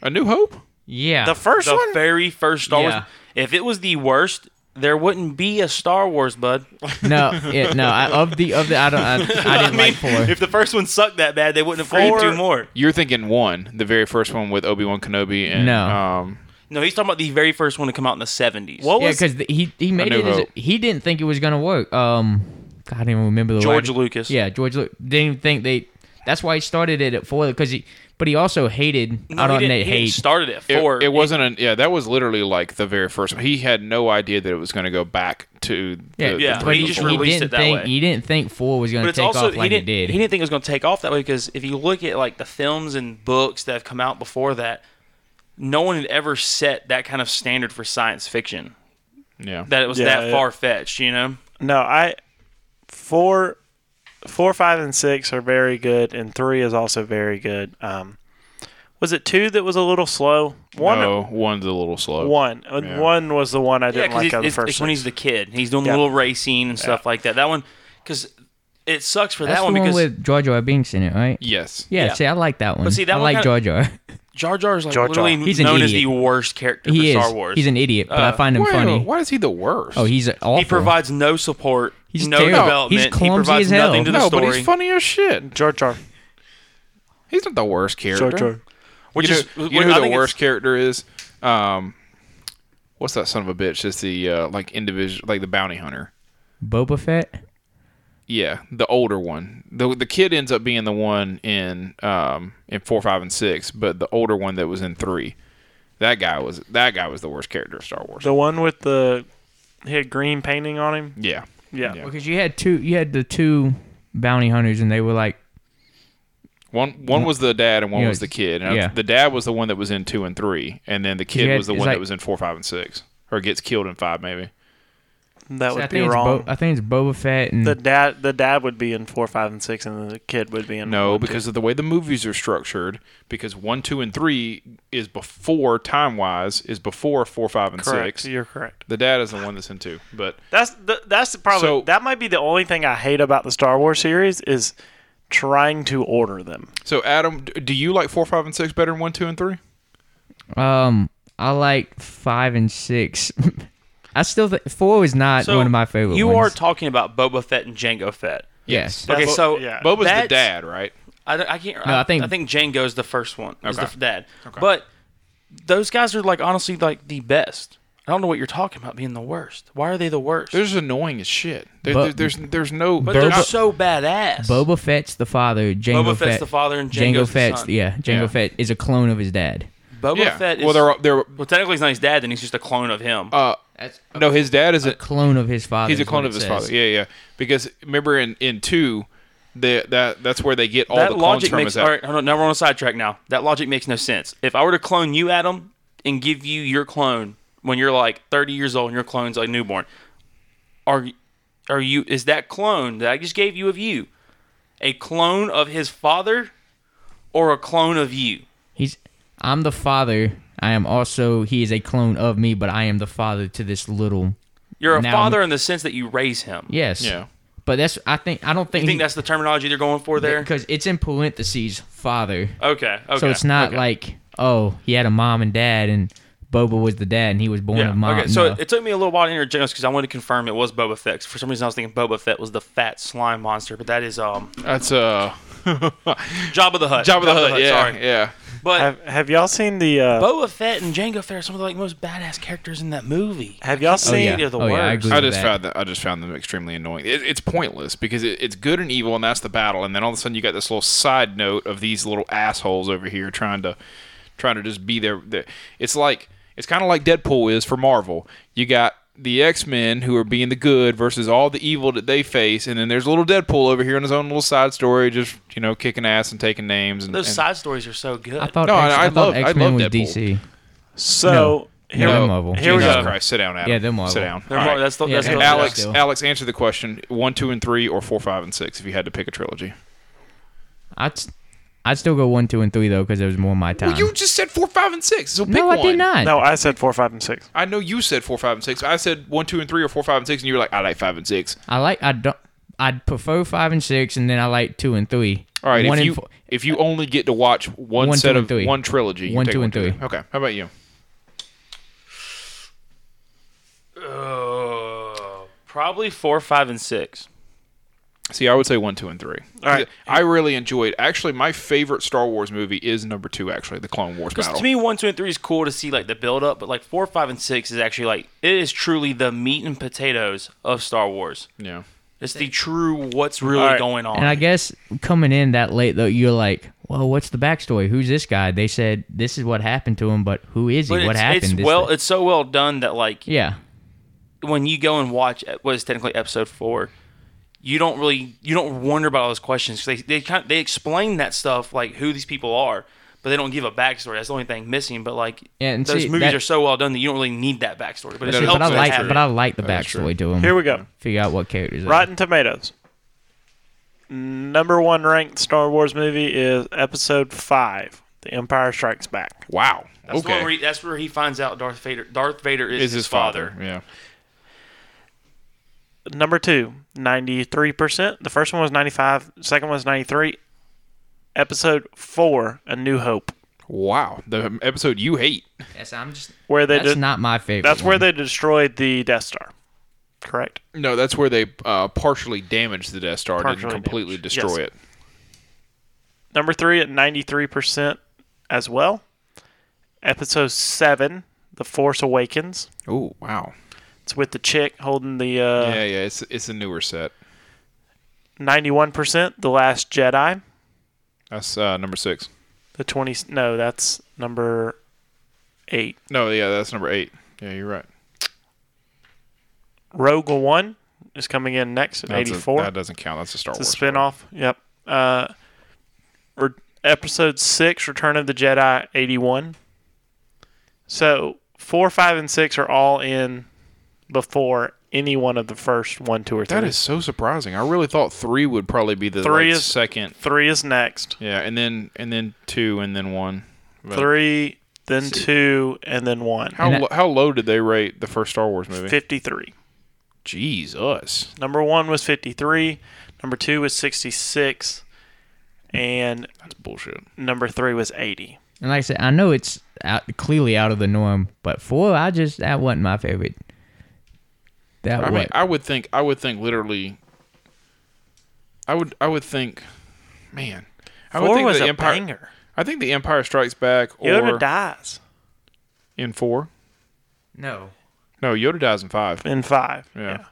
A New Hope.
Yeah.
The first
the
one.
very first Star
Yeah.
Wars. If it was the worst, there wouldn't be a Star Wars, bud.
no, yeah, no. I, of the of the,
[LAUGHS]
I don't. I, I didn't like four.
If the first one sucked that bad, they wouldn't have created
Four-
two more.
You're thinking one, the very first one with Obi Wan Kenobi and
No.
um,
No, he's talking about the very first one to come out in the seventies.
what
Yeah,
was?
because he he made
New
it. As,
Hope.
he didn't think it was gonna work. Um, God, I don't even remember the
George
writer-
Lucas.
Yeah, George Lu- didn't even think they. That's why he started it at four because he. But he also hated.
No,
I don't
he
know.
didn't, he didn't
Hate.
start it at
it,
four.
it wasn't an yeah. That was literally like the very first one. He had no idea that it was going to go back to
yeah,
the, the
yeah,
but
three
he
he,
just
he
released
didn't
it that
think
way.
he didn't think four was
But
gonna
it's
take
also
off like
he didn't
it did.
he didn't think it was going to take off that way because if you look at like the films and books that have come out before that, no one had ever set that kind of standard for science fiction
yeah.
that it was
Yeah,
that
yeah.
far fetched. You know,
No, I four, four, five, and six are very good, and three is also very good. Um, was it two that was a little slow? One,
no, one's a little slow.
one, Uh,
Yeah.
one was the one I
yeah,
didn't
because
like out of the
it's,
first.
it's when he's
six.
the kid, he's doing
Yeah.
a little racing and stuff like that. That one because it sucks for
That's
that one
the one
because
with Jar Jar Binks in it, right?
Yes.
Yeah,
Yeah.
see, I like that one.
see, that
I
one
like
kinda-
Jar Jar.
Jar Jar is like
Jar Jar.
literally
He's an
known as the
idiot.
worst character
he
for
is.
Star Wars.
He's an idiot, but I
Uh,
find him
Why,
funny.
why is he the worst?
Oh, he's awful.
he provides no support.
He's
no
terrible.
development.
He's
he
clumsy
provides
as hell.
nothing to the
no,
story.
but he's funny as shit.
Jar Jar.
He's not the worst character.
Jar Jar.
Which
you know,
is
you
which
know
I
who the
think it's-
worst character is? Um, what's that son of a bitch? That's the uh, like individual, like the bounty hunter.
Boba Fett.
Yeah, the older one. the The kid ends up being the one in um in four, five, and six, but the older one that was in three. That guy was that guy was the worst character of Star Wars.
The one with the he had green painting on him.
yeah,
Yeah.
Yeah.
Because you had two, you had the two bounty hunters, and they were like,
one one was the dad and one
Yeah,
was the kid. And
yeah.
The dad was the one that was in two and three, and then the kid
had-
was the
it's
one
like-
that was in four, five, and six, or gets killed in five, maybe.
That
I
would be
think it's
wrong.
Bo- I think it's Boba Fett and
the dad, the dad would be in four, five, and six, and the kid would be in
No,
one, two.
because of the way the movies are structured. Because one, two, and three is before time wise is before four, five, and
correct.
six.
You're correct.
The dad is the one that's in two, but
That's the, that's the problem.
So-
that might be the only thing I hate about the Star Wars series is trying to order them.
So, Adam, d- do you like four, five, and six better than one, two, and three?
um, I like five and six. [LAUGHS] I still think four is not
So
one of my favorite.
You are
ones.
talking about Boba Fett and Jango Fett.
yes.
Okay,
Bo-
so
yeah.
Boba's the
that's-
dad, right?
I, don't- I can't.
No,
I,
I think-
I think Jango's the first one. Is
Okay.
the dad. But those guys are like honestly like the best. I don't know what you're talking about being the worst. Why are they the worst?
They're just annoying as shit. There-
But-
there- there's there's no.
but
they're
they're
not-
so badass.
Boba Fett's the father. Jango
Boba Fett's
Fett,
the father and
Jango
Jango's the
Fett's
son.
yeah. Jango
Yeah.
Fett is a clone of his dad.
Boba
yeah.
Fett is
well, they're they're.
well, technically he's not his dad. Then he's just a clone of him.
Uh,
That's
no, his dad is
a
a,
clone of his father.
he's a
is
clone
what it
of his
says.
father. Yeah, yeah. Because remember in in two, the, that that's where they get all
that
the clones
logic
from.
makes
is that-
all right. Hold on, now we're on a sidetrack. Now that logic makes no sense. If I were to clone you, Adam, and give you your clone when you're like 30 years old and your clone's like newborn, are are you? Is that clone that I just gave you of you a clone of his father or a clone of you?
He's I'm the father. I am also he is a clone of me, but I am the father to this little.
You're a
Now-
father in the sense that you raise him.
Yes.
Yeah.
But that's I think I don't think
You think
he-
that's the terminology they're going for there?
because it's in parentheses father.
Okay. Okay.
So it's not
okay.
like oh he had a mom and dad and Boba was the dad and he was born
Yeah.
of mom.
okay. So
No.
it, it took me a little while to interject because I wanted to confirm it was Boba Fett. 'cause For some reason, I was thinking Boba Fett was the fat slime monster, but that is um
That's uh, [LAUGHS]
Job of the Hut.
Job of the Hut. Yeah, [LAUGHS]
Sorry,
yeah.
but
Have Have y'all seen the? Uh,
Boba Fett and Jango Fett are some of the like most badass characters in that movie.
have y'all
oh
seen?
yeah.
they're the
oh yeah. I
worst.
agree
I
with that.
just found that I just found them extremely annoying. It, it's pointless because it, it's good and evil, and that's the battle. And then all of a sudden, you got this little side note of these little assholes over here trying to trying to just be there. there. It's like it's kind of like Deadpool is for Marvel. You got the X Men who are being the good versus all the evil that they face, and then there's little Deadpool over here in his own little side story, just you know kicking ass and taking names. And,
Those
and-
side stories are so good.
I thought
No,
X,
I- I
I
love-
thought
I
X Men
love
was
Deadpool.
DC.
So here,
No.
we-
Marvel.
here we
Jesus
go.
Christ, sit down, Adam.
Yeah, they're Marvel.
Sit down.
They're
All
more-
right.
that's the, that's
Yeah,
the-
Alex-
Alex,
still.
Alex, answer the question: one, two, and three, or four, five, and six? If you had to pick a trilogy.
I t- I'd still go one, two, and three though because it was more my time.
Well, you just said four, five, and six. So pick
no, I
one.
did not.
No, I said four, five, and six.
I know you said four, five, and six. I said one, two, and three, or four, five, and six, and you were like, I like five and six.
I like I don't. I'd prefer five and six, and then I like two and three.
All right.
one
if
and
you
four-
if you only get to watch one,
One, two,
set
and
of
three.
one trilogy, you
One,
take
two, and
two,
three.
Okay. How about you?
Uh, probably four, five, and six.
See, I would say one, two, and three.
All right.
I really enjoyed. Actually, my favorite Star Wars movie is number two. Actually, the Clone Wars
Because
battle.
to me, one, two, and three is cool to see like the build up, but like four, five, and six is actually like it is truly the meat and potatoes of Star Wars.
yeah.
It's the true what's really
All right.
going on.
And I guess coming in that late though, you're like, well, what's the backstory? Who's this guy? They said this is what happened to him, but who is he?
but
what
it's,
happened?
It's
This-
well, it's so well done that like
yeah,
when you go and watch uh, what is technically episode four, you don't really you don't wonder about all those questions. 'Cause They they kind of, they explain that stuff like who these people are, but they don't give a backstory. That's the only thing missing. But like
Yeah, and
those
see,
movies
that-
are so well done that you don't really need that backstory. But it
That
See,
is
helps.
but I
also
that
like,
true.
but I like the
That is true.
backstory to him.
Here we go.
Figure out what characters. are.
Rotten Tomatoes. Number one ranked Star Wars movie is Episode Five: The Empire Strikes Back.
Wow.
That's the one
okay.
where he, that's where he finds out Darth Vader. Darth Vader is,
is his father? Yeah.
Number two, 93%. The first one was 95, second one was 93. Episode 4, A New Hope,
Wow. The episode you hate.
Yes, I'm just.
where they
That's
did
not my favorite.
That's where
one.
they destroyed the Death Star. Correct.
No, that's where they uh, partially damaged the Death Star. Didn't
Partially
completely
damaged.
destroy
Yes.
it.
Number 3 at 93% as well. Episode 7, The Force Awakens.
Oh wow.
It's with the chick holding the uh,
yeah, yeah. It's it's a newer set.
91%, The Last Jedi.
That's uh, number six.
The 20 No, that's number 8.
No, yeah, that's number eight. Yeah, you're right.
Rogue One is coming in next at
That's a-
84.
that doesn't count. That's a Star
It's a
Wars.
spinoff. Yep. Uh, re- episode six, Return of the Jedi, eighty-one. So four, five, and six are all in before any one of the first one, two, or three.
That is so surprising. I really thought three would probably be the
Three
like,
is-
second.
three is next.
Yeah, and then and then two and then one. But
Three, then two, and then one.
How
And
lo- how low did they rate the first Star Wars movie?
Fifty-three.
Jesus.
Number one was fifty-three. Number two was sixty-six, and
That's bullshit.
number three was eighty.
And like I said, I know it's out, clearly out of the norm, but four, I just that wasn't my favorite. That
I
wa-
mean, I would think I would think literally. I would I would think, man. I would
Four
think
was
the
a
Empire.
banger.
I think the Empire Strikes Back
Yoda
or
dies
in four.
no,
No, Yoda dies in five.
in five.
Yeah.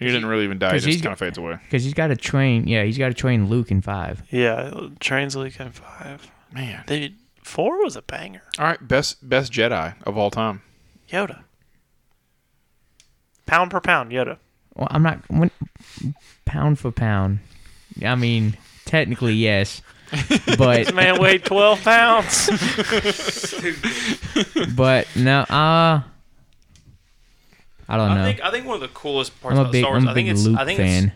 He didn't really even die. He
'Cause
just
he's-
kind of fades away.
because he's got to train. Yeah, he's got to train Luke in five.
Yeah, Trains Leak and Five.
Man.
They four was a banger.
All right, best best Jedi of all time.
Yoda. Pound per pound, Yoda.
Well, I'm not when, pound for pound. I mean, technically yes, but
Man weighed twelve pounds.
but no, uh, I don't
I
know.
think I think one of the coolest parts
I'm a
about
big,
Star Wars.
I'm a
I think
big
it's
Luke
I think
fan.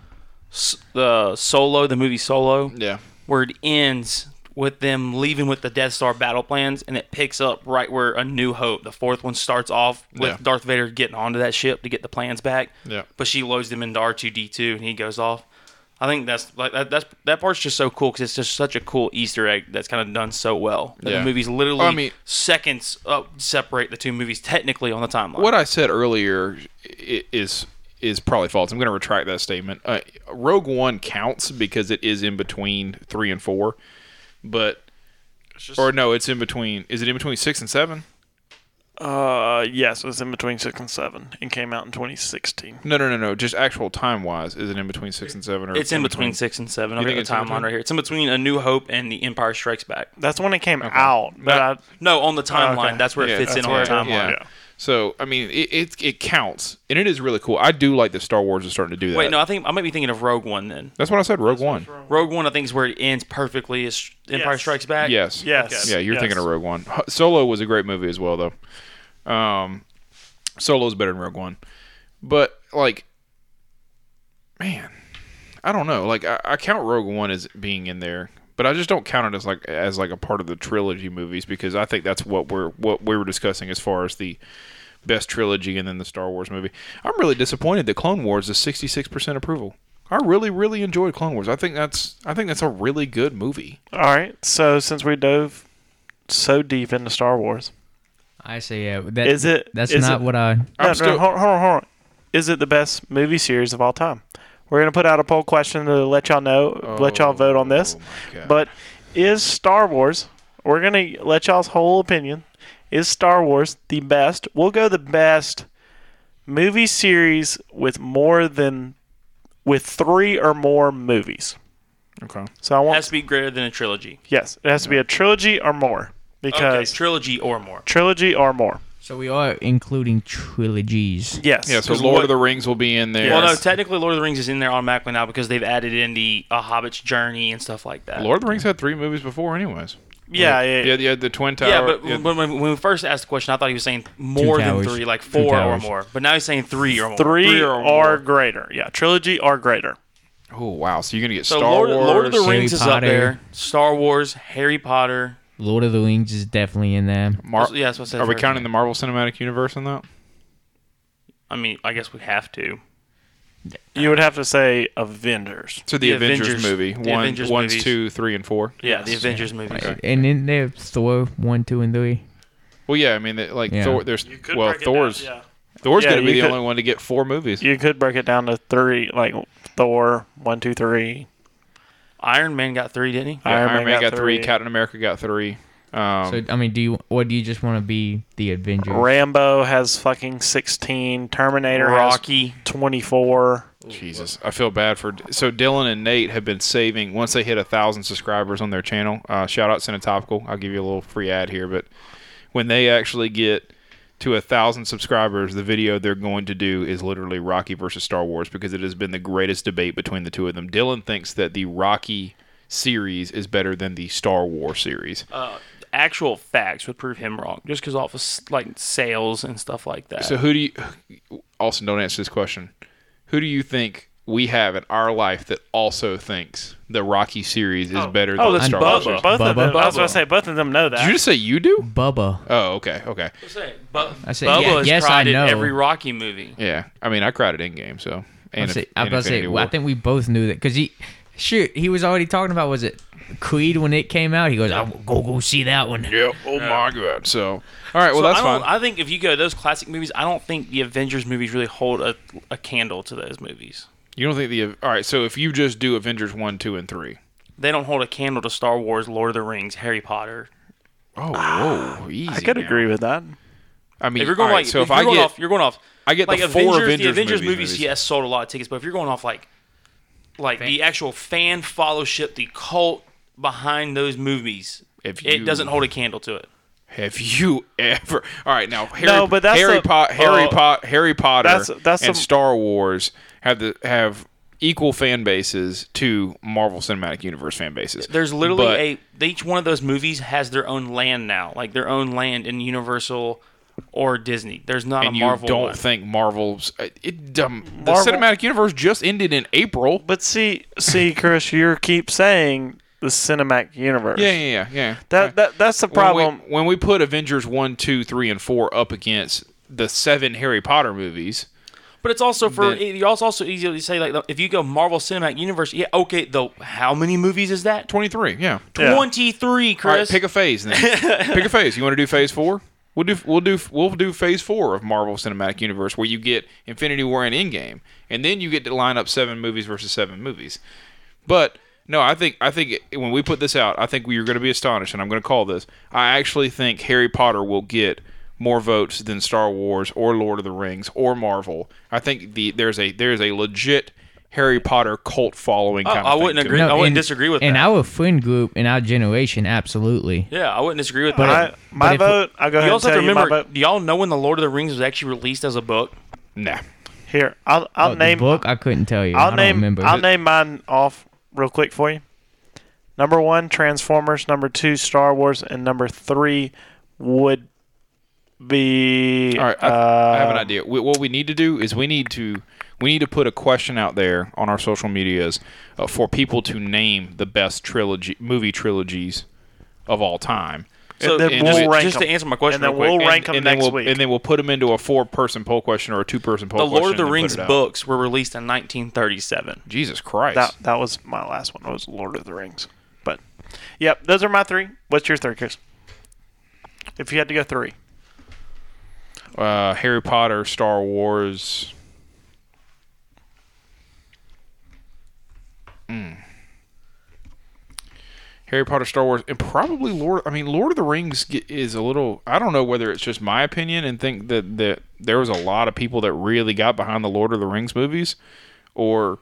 it's the uh, Solo, the movie Solo.
Yeah.
where it ends with them leaving with the Death Star battle plans, and it picks up right where A New Hope, the fourth one, starts off with
Yeah.
Darth Vader getting onto that ship to get the plans back.
Yeah.
But she loads them into R two D two, and he goes off. I think that's like that, that's that part's just so cool because it's just such a cool Easter egg that's kind of done so well. That
Yeah.
The movies literally
Well, I mean-
seconds up separate the two movies technically on the timeline.
What I said earlier i- is is probably false. I'm going to retract that statement. Uh, Rogue One counts because it is in between three and four, but or no, it's in between. Is it in between six and seven?
uh yes, it was in between six and seven and came out in twenty sixteen.
No, no, no, no. Just actual time wise, is it in between six and seven? Or
it's in between six and seven. I've got
think
the
it's in between?
timeline right here. It's in between A New Hope and The Empire Strikes Back.
That's when it came out. But I,
No, on the timeline,
okay.
that's where it
Oh, Yeah,
fits in
that's
on the
where-
timeline.
Yeah.
Yeah.
So I mean, it, it it counts, and it is really cool. I do like that Star Wars is starting to do that.
Wait, no, I think I might be thinking of Rogue One then.
that's what I said. Rogue One.
Rogue One, I think, is where it ends perfectly. Is Empire
Yes.
Strikes Back?
Yes.
Yes.
Yeah, you're
Yes.
thinking of Rogue One. H- Solo was a great movie as well, though. Um, Solo's better than Rogue One, but like, man, I don't know. Like, I, I count Rogue One as being in there, But I just don't count it as like as like a part of the trilogy movies because I think that's what we're what we were discussing as far as the best trilogy and then the Star Wars movie. I'm really disappointed that Clone Wars is 66% approval. I really really enjoyed Clone Wars. I think that's I think that's a really good movie.
All right. So since we dove so deep into Star Wars,
I say yeah. That,
Is it-
That's
is
not
it-
what I.
no,
I'm
no,
still-
hold, on, hold on, hold on. Is it the best movie series of all time? We're gonna put out a poll question to let y'all know, let y'all vote on this.
Oh, my God.
But is Star Wars? We're gonna let y'all's whole opinion. Is Star Wars the best? We'll go the best movie series with more than with three or more movies.
okay.
So I
It
want
has to be greater than a trilogy.
yes, it has to be a trilogy or more
Okay,
because
trilogy or more.
trilogy or more.
So we are including trilogies.
Yes.
Yeah, so
'Cause
Lord
what-
of the Rings will be in there.
Well, no, technically, Lord of the Rings is in there automatically now because they've added in the A Hobbit's Journey and stuff like that.
Lord of the Rings had three movies before, anyways.
yeah, yeah,
Yeah, yeah, the Twin Tower.
yeah, but
yeah,
when, when when we first asked the question, I thought he was saying more than
towers.
three, like
Two
four or
towers.
more. But now he's saying three or more.
Three,
Three or
or,
more.
greater. Yeah, trilogy or greater.
oh wow, so you're gonna get
So
Star
Lord,
Wars.
Lord of the
Harry
Rings is up
Potter.
there. Star Wars, Harry Potter.
Lord of the Rings is definitely in there.
Mar-
yeah, that's what I said
Are we
first.
counting the Marvel Cinematic Universe in that?
I mean, I guess we have to.
You would have to say Avengers.
So the,
The
Avengers,
Avengers-
movie,
the
one,
Avengers
one's
movies.
two, three, and four.
Yeah, the Avengers movies.
And in there, Thor one, two, and three.
Well, yeah, I mean, they- like
Yeah.
Thor, there's well, Thor's
yeah.
Thor's
Yeah,
gonna be
you
the
could-
only one to get four movies.
You could break it down to three, like Thor one, two, three.
Iron Man got three, didn't he?
Yeah, Iron, Man, got, three, Captain America got three. Um,
So I mean, do you or do you just want to be the Avengers?
Rambo has fucking sixteen. Terminator
Rocky.
has twenty four.
Jesus, I feel bad for. So Dylan and Nate have been saving. Once they hit a thousand subscribers on their channel, uh, shout out Cinematopical. I'll give you a little free ad here, but when they actually get to a thousand subscribers, the video they're going to do is literally Rocky versus Star Wars because it has been the greatest debate between the two of them. Dylan thinks that the Rocky series is better than the Star Wars series.
Uh, actual facts would prove him wrong, just because off of s- like sales and stuff like that.
So who do you? Austin, don't answer this question. Who do you think? We have in our life that also thinks the Rocky series is better than
Oh,
the
that's
Star Wars.
both,
series.
both of them.
Bubba.
I was gonna say both of them know
Did you
that.
just say you do?
Bubba.
Oh, okay, okay.
but
I said,
Bubba
yeah,
has
yes, I
cried at
know.
every Rocky movie.
Yeah, I mean, I cried at Endgame, so.
I
And
was
if-
say- I was
and
about to say.
Infinity
well, I
War.
think we both knew that because he, shoot, he was already talking about was it Creed when it came out? He goes, "I'll go go see that one."
Yeah. Oh my god. So. All right.
So
Well, that's
I don't,
fine.
I think if you go to those classic movies, I don't think the Avengers movies really hold a, a candle to those movies.
you don't think the all right? So if you just do Avengers one, two, and three.
They don't hold a candle to Star Wars, Lord of the Rings, Harry Potter.
Oh,
Ah,
whoa, easy.
I could
now.
agree with that.
I mean,
If you're going
all right,
like,
so
if,
if
you're
I
going
get,
off, you're going off.
I get the
like
four
Avengers,
Avengers
the Avengers
movies,
movies,
movies.
Yes, sold a lot of tickets, but if you're going off like, like the actual fan followship, the cult behind those movies,
If
it
you-
doesn't hold a candle to it.
have you ever? All right, now Harry,
No, but that's
Harry,
a-
Pot, Harry,
uh,
Pot, Harry Potter,
that's- that's
and
a-
Star Wars have the have equal fan bases to Marvel Cinematic Universe fan bases.
There's literally
But-
a each one of those movies has their own land now, like their own land in Universal or Disney. There's not
and
a
you
Marvel.
don't
one.
think Marvel's it, it um, the
Marvel-
cinematic universe just ended in April.
But see, see, Chris, you keep saying the cinematic universe.
Yeah, yeah, yeah. yeah.
That,
yeah.
that that's the problem.
When we, when we put Avengers one, two, three, and four up against the seven Harry Potter movies,
But it's also for
Then-
it- you also also easy to say like if you go Marvel Cinematic Universe, yeah, okay. The how many movies is that?
twenty three. Yeah.
Yeah.
Twenty three,
All right,
Chris.
pick a phase then. pick a phase. You want to do phase four? We'll do we'll do we'll do phase four of Marvel Cinematic Universe, where you get Infinity War and Endgame, and then you get to line up seven movies versus seven movies. But no, I think I think it- when we put this out, I think we are going to be astonished, and I'm going to call this. I actually think Harry Potter will get more votes than Star Wars or Lord of the Rings or Marvel. I think the there's a there's a legit Harry Potter cult following. Kind of
I
thing
wouldn't
to
agree.
it.
I wouldn't disagree with
in
that.
our friend group in our generation, absolutely.
yeah, I wouldn't disagree with
I,
that.
but
my
if we-
vote. I'll go ahead
you
and
also
tell
have to
you my
remember.
vote.
Do y'all know when the Lord of the Rings was actually released as a book?
Nah.
Here, I'll I'll
Oh,
name
the book. I couldn't tell you.
I'll
I
name
don't remember.
I'll name mine off real quick for you. Number one, Transformers. Number two, Star Wars, and number three would be.
All right, I,
uh,
I have an idea. We, what we need to do is we need to we need to put a question out there on our social medias uh, for people to name the best trilogy movie trilogies of all time.
So
then
just,
we'll
just
rank
to
'em.
answer my question,
And then
real quick,
we'll rank 'em
and then
next
we'll,
week.
And then we'll put them into a four-person poll question or a two-person poll
the
question.
Lord of the
and then put
Rings
it out.
books were released in 1937.
Jesus Christ.
that that was my last one. Was Lord of the Rings. But yep, those are my three. What's your third, Chris? If you had to go three,
uh, Harry Potter, Star Wars. Mm. Harry Potter, Star Wars, and probably Lord. I mean, Lord of the Rings g- is a little. I don't know whether it's just my opinion and think that that there was a lot of people that really got behind the Lord of the Rings movies, or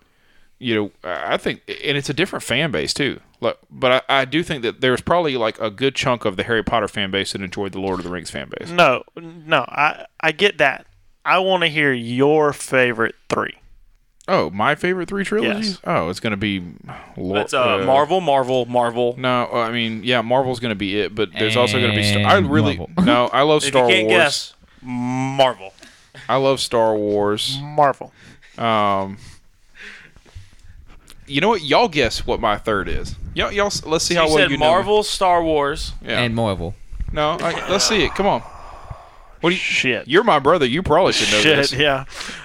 you know, I I think, and it's a different fan base too. Like, but I, I do think that there's probably like a good chunk of the Harry Potter fan base that enjoyed the Lord of the Rings fan base.
no, no, I I get that. I want to hear your favorite three.
Oh, my favorite three trilogies. Oh, it's gonna be. Lord,
That's uh, Marvel, Marvel, Marvel.
No, uh, I mean, yeah, Marvel's gonna be it, but there's also gonna be. Star- I
And
really
Marvel.
no. I
[LAUGHS]
love Star
if you can't
Wars.
guess, Marvel.
I love Star Wars.
Marvel.
Um, you know what? Y'all guess what my third is. Y'all, y'all s- let's see
You
how well
said
you know.
Marvel, Star Wars.
Yeah.
and Marvel.
No, all right, let's see it. Come on. What do you?
Shit.
You're my brother. You probably should know
shit.
this.
Yeah.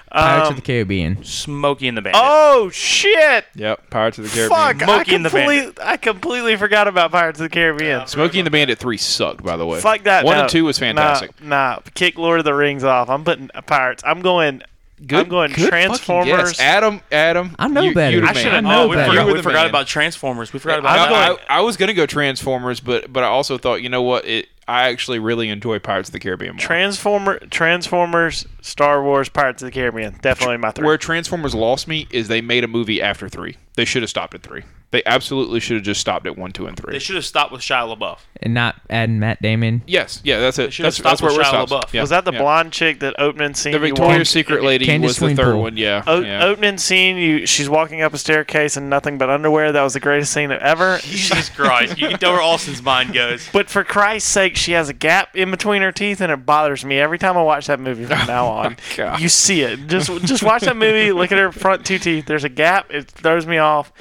Pirates
Um,
of the Caribbean.
Smokey and the Bandit.
oh shit!
Yep. Pirates of the Caribbean.
Fuck! I
Smokey and the
completely, I completely forgot about Pirates of the Caribbean.
Smokey and the Bandit three sucked, by the way.
Fuck that.
One
no.
and two was
Nah,
fantastic.
Nah, kick Lord of the Rings off. I'm putting uh, Pirates. I'm going. I'm going
good fucking
Transformers.
guess. Adam, Adam.
I know
you,
better.
you're the
I
man.
should've
oh,
known
we
better.
forgot,
You
we
were the
forgot
man.
about Transformers. We forgot about
I'm
that.
going-
I, I was gonna go Transformers, but but I also thought, you know what? It I actually really enjoy Pirates of the Caribbean more.
Transformer, Transformers, Star Wars, Pirates of the Caribbean. Definitely my three.
Where Transformers lost me is they made a movie after three. They should have stopped at three. They absolutely should have just stopped at one, two, and
They
three.
should have stopped with Shia LaBeouf.
And not adding Matt Damon.
yes, yeah, that's it.
should have
That's, that's
stopped
where
with
we're
Shia
stopped.
LaBeouf.
Yeah,
was that the
yeah.
blonde chick that opening scene?
The
you
Victoria's
walked-
Secret lady
Candace
was the third
Winpool.
one. Yeah,
Oh,
O-
yeah.
Opening scene. You she's walking up a staircase in nothing but underwear. That was the greatest scene ever.
[LAUGHS] Jesus Christ. You can tell where Austin's mind goes.
But for Christ's sake, she has a gap in between her teeth, and it bothers me every time I watch that
[LAUGHS]
movie
Oh
from now on.
God.
you see it. Just just watch that movie. Look at her front two teeth. There's a gap. It throws me off.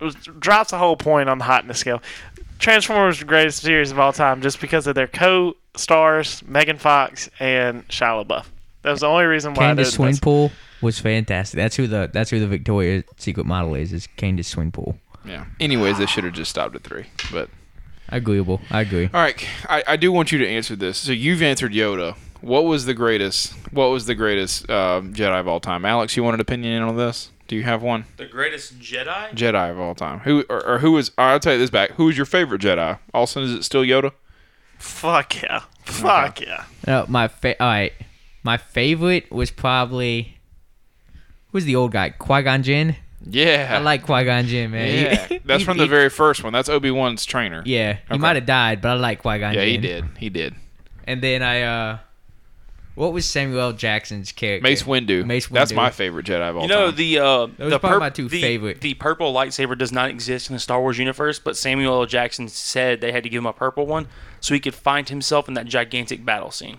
It was- drops a whole point on the hotness scale. Transformers is the greatest series of all time, just because of their co-stars Megan Fox and Shia LaBeouf. That was the only reason why. I
Candace
did this.
Swinpool was fantastic. That's who the that's who the Victoria's Secret model is. Is Candace Swinpool.
yeah. Anyways, they should have just stopped at three. But
Agreeable. I agree.
all right, I, I do want you to answer this. So you've answered Yoda. What was the greatest? What was the greatest um, Jedi of all time? Alex, you want an opinion on this? Do you have one?
The greatest Jedi?
Jedi of all time? Who or, or who is? I'll tell you this back. Who is your favorite Jedi? Also, is it still Yoda?
Fuck
Oh
yeah. Fuck yeah.
Uh, my fa- all right. My favorite was probably who's the old guy? Qui Gon Jinn.
Yeah,
I like Qui Gon Jinn, man. He-
Yeah,
[LAUGHS]
that's
he-
from the
he-
very first one. That's Obi Wan's trainer.
Yeah, he
Okay.
might have died, but I like Qui Gon.
yeah, he did. He did.
And then I, uh what was Samuel L. Jackson's character?
Mace Windu.
Mace Windu.
That's my favorite Jedi of all
You know,
time.
the uh,
Those
the,
are probably my two
the,
favorite.
the purple lightsaber does not exist in the Star Wars universe, but Samuel L. Jackson said they had to give him a purple one so he could find himself in that gigantic battle scene.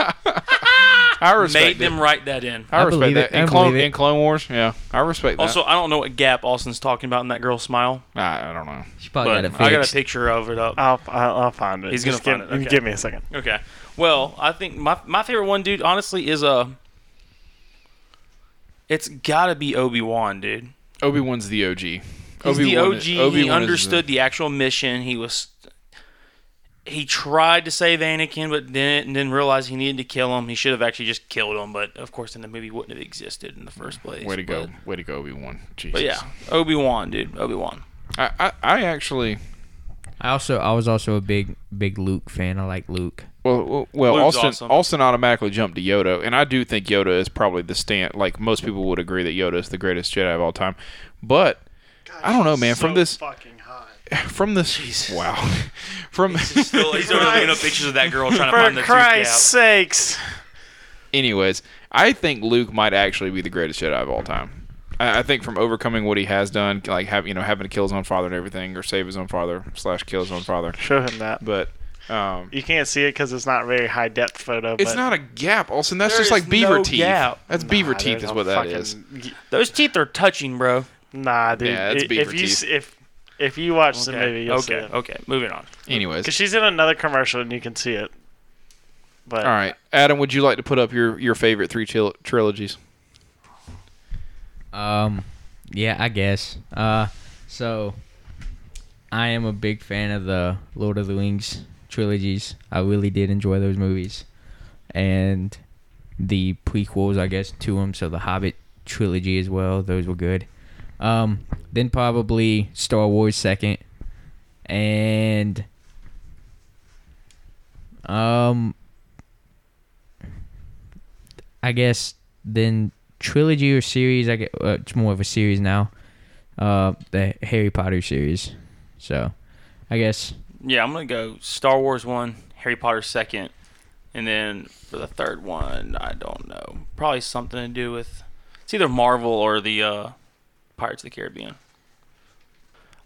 I respect
Made them
it.
write that in.
I
I
respect
believe
that.
it. I
In Clone,
believe it.
in Clone Wars, yeah, I respect
Also, I don't know what gap Austin's talking about in that girl's smile,
that. I, I don't know.
She probably
but
got it fixed.
I got a picture of it up.
I'll, I'll, I'll find it.
He's
Just
gonna
give,
find it, okay.
Give me a second.
Okay. Well, I think my my favorite one, dude, honestly, is Uh, it's gotta be Obi Wan, dude.
Obi Wan's the OG.
He's the
Obi-Wan
OG.
is-
he
Obi-Wan is
understood the actual mission. He was. He tried to save Anakin, but didn't, and then realized he needed to kill him. He should have actually just killed him, but of course, then the movie wouldn't have existed in the first place.
Way to go!
But,
Way to go, Obi Wan. Jesus.
but yeah, Obi Wan, dude, Obi Wan.
I, I, I actually
I also, I was also a big, big Luke fan. I like Luke.
well well, well
Luke's
Austin
awesome.
Austin automatically jumped to Yoda, and I do think Yoda is probably the stand. Like most people would agree that Yoda is the greatest Jedi of all time, but I don't know, man. from this
fucking hot.
from this wow [LAUGHS] from [LAUGHS]
Still, [LAUGHS] he's over there looking up pictures of that girl trying to
For
find the
Christ's
Christ.
sakes.
anyways i think luke might actually be the greatest jedi of all time i, I think from overcoming what he has done like have, you know having to kill his own father and everything or save his own father slash kill his own father
Show him that.
but Um,
You can't see it because it's not a very high depth photo.
it's
but
not a gap, Olsen. That's
There is
just like beaver
no
teeth.
gap.
That's
Nah,
beaver teeth,
there's
is
no
what that
fucking-
is.
Those teeth are touching, bro.
Nah, dude.
Yeah, it's
I-
beaver
if you
teeth.
s- if if you watch the movie, you'll see
okay,
it.
okay. Moving on.
Anyways,
Because she's in another commercial and you can see it. But
all right, Adam, would you like to put up your your favorite three tril- trilogies?
Um, yeah, I guess. Uh, so I am a big fan of the Lord of the Rings trilogies. I really did enjoy those movies, and the prequels, I guess, to them. So the Hobbit trilogy as well; those were good. Um, then probably Star Wars second, and um, I guess then trilogy or series. I get uh, it's more of a series now. Uh, the Harry Potter series. So, I guess
Yeah, I'm gonna go Star Wars one, Harry Potter second, and then for the third one, I don't know. Probably something to do with it's either Marvel or the uh, Pirates of the Caribbean.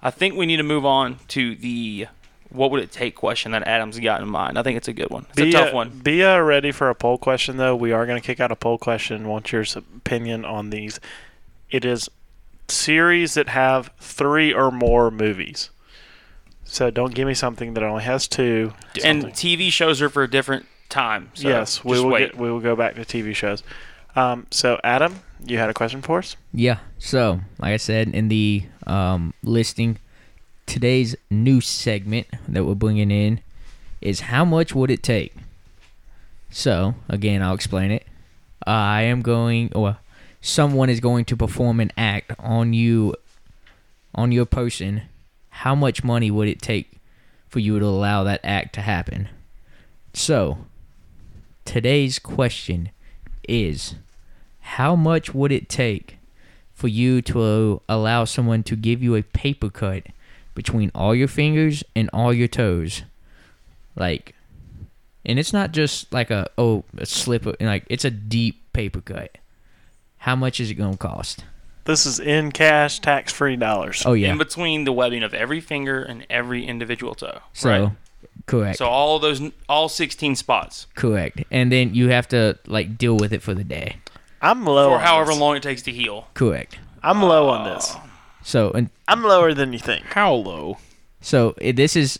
I think we need to move on to the what would it take question that Adam's got in mind. I think it's a good one. It's
be
a tough
uh,
one.
Be uh, ready for a poll question, though. We are going to kick out a poll question. Want your s- opinion on these? It is series that have three or more movies. So don't give me something that only has two.
And
Something.
TV shows are for a different time. So
yes, we
just
will
wait.
get, we will go back to TV shows. Um, so Adam, you had a question for us.
yeah. So, like I said in the um, listing, today's new segment that we're bringing in is how much would it take? So, again, I'll explain it. I am going, or someone is going to perform an act on you, on your person. How much money would it take for you to allow that act to happen? So, today's question is how much would it take for you to uh, allow someone to give you a paper cut between all your fingers and all your toes? Like, and it's not just like a, oh, a slip of, like, it's a deep paper cut. How much is it going to cost?
This is in cash, tax-free dollars.
Oh, yeah.
in between the webbing of every finger and every individual toe.
so,
right.
correct.
So all those all 16 spots
correct. And then you have to, like, deal with it for the day.
I'm
Oh,
low.
for
on
however
this.
long Oh. it takes to heal.
Correct.
I'm low on this.
So, and
I'm lower than you think.
How low?
So eh, this is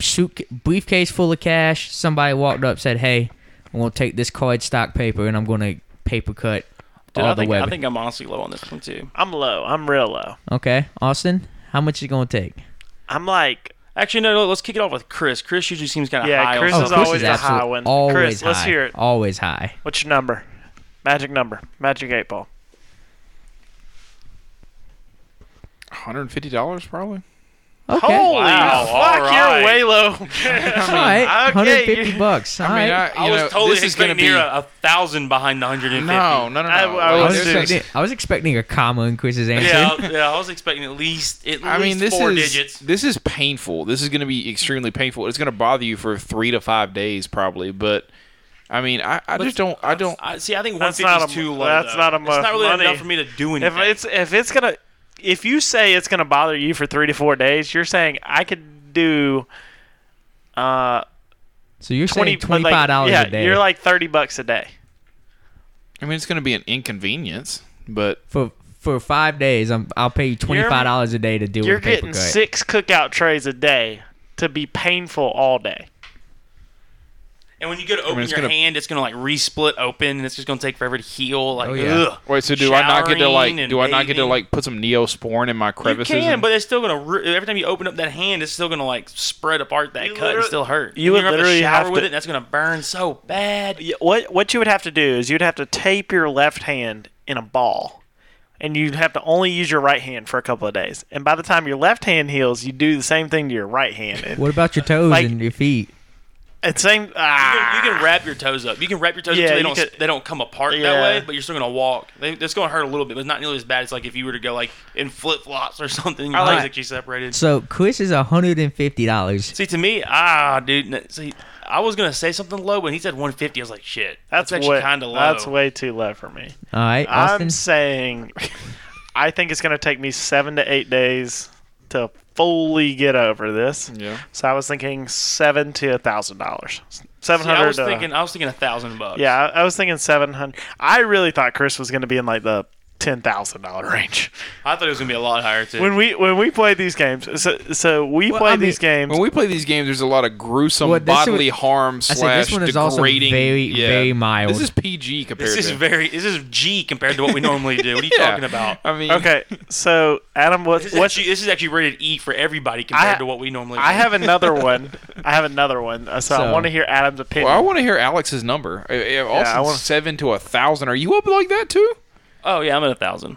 suit briefcase full of cash. Somebody walked up, said, "Hey, I'm gonna take this card stock paper, and I'm gonna paper cut
Dude,
all
I,
the
think,
way."
I think I'm honestly low on this one too.
I'm low. I'm real low.
Okay, Austin, how much is it gonna take?
I'm like
Actually, no, no, let's kick it off with Chris. Chris usually seems kind of
Yeah,
high. on
Chris
some-
is
Chris
always the
Oh, absolute-
high one.
Always
Chris,
high.
let's hear it.
Always high.
What's your number? Magic number. Magic eight ball.
One hundred and fifty dollars, probably.
Okay,
Holy Wow,
fuck,
all right.
you're way low.
[LAUGHS]
all right,
okay,
150
you-
bucks. All
I mean,
right.
I,
I
you
was
know,
totally
this is going to
expecting
be
near a, a thousand behind the 150.
no, no, no, no.
I- I
Like,
was
this
serious.
is-
expecting, I was expecting a comma in Chris's answer.
[LAUGHS] Yeah,
[LAUGHS]
I- yeah, I was expecting at least at least
I mean, this
four
is
digits.
this is painful. This is going to be extremely painful. It's going to bother you for three to five days, probably. But I mean, I, I just don't. I don't.
I, see, I think
That's
150
not
is
a-
too low.
that's
though.
not
It's not
enough
really
money.
enough for me to do
if
anything.
it's if it's gonna if you say it's gonna bother you for three to four days, you're saying I could do uh
So you're
twenty
saying 25 dollars
like, yeah,
a day
You're like thirty bucks a day.
I mean, it's going to be an inconvenience. But
for for five days? I'm, I'll pay you 25 dollars a day to deal
You're
with a paper
getting
cut.
six cookout trays a day to be painful all day.
and when you go to open
it's
your
gonna-
hand, it's gonna like resplit open, and it's just gonna take forever to heal. Like,
Oh, yeah.
ugh.
wait, so do I not get to like?
Showering and
Do I not get to
bathing.
like put some neosporin in my
You
crevices?
can,
and-
but it's still gonna. ru- Every time you open up that hand, it's still gonna like spread apart that
You
cut and
literally-
still hurt.
you
are
would
gonna have to
literally
shower
have
with
to-
it, and that's gonna burn so bad.
Y- What what you would have to do is you'd have to tape your left hand in a ball, and you'd have to only use your right hand for a couple of days. And by the time your left hand heals, you do the same thing to your right hand. And,
What about your toes
Like-
and your feet?
and same
You
ah,
can, you can wrap your toes up. You can wrap your toes
Yeah,
up so they
you
don't
could-
they don't come apart that
Yeah.
way, but you're still gonna walk. They, it's gonna hurt a little bit, but it's not nearly as bad as like if you were to go like in flip flops or [LAUGHS] something. and Your legs
like-
actually separated.
So Chris is hundred and fifty dollars.
See, to me, ah, dude. n- See, I was gonna say something low, but he said 150. I was like, shit, that's,
that's,
actually
way
kind of low.
that's way too low for me.
All right, Austin.
[LAUGHS] I'm saying, I think it's gonna take me seven to eight days to fully get over this.
Yeah.
So I was thinking seven to a thousand dollars. Seven
See, I
hundred. uh,
was thinking, I was thinking a thousand bucks.
Yeah, I I was thinking seven hundred. I really thought Chris was going to be in like the ten thousand dollar [LAUGHS] range
I thought it was gonna be a lot higher too.
when we when we played these games. So so we
Well,
played
I mean-
these games.
When we play these games, there's a lot of gruesome
Well, this
bodily
one-
harm
said this
slash
one is also
degrading.
very, very mild.
This is PG compared
this is
to
very, this is G compared to what we normally do. What are you
[LAUGHS] Yeah.
talking about?
I mean,
okay, so Adam, what
This is,
what's
actually, this is actually rated E for everybody compared
I-
to what we normally.
I
do.
have another one. I have another one. Uh, So, I
So-
want to hear Adam's opinion.
Well, I want to hear Alex's number. Uh, uh, Austin's
wanna-
seven to a thousand. Are you up like that too?
Oh yeah, I'm at a thousand.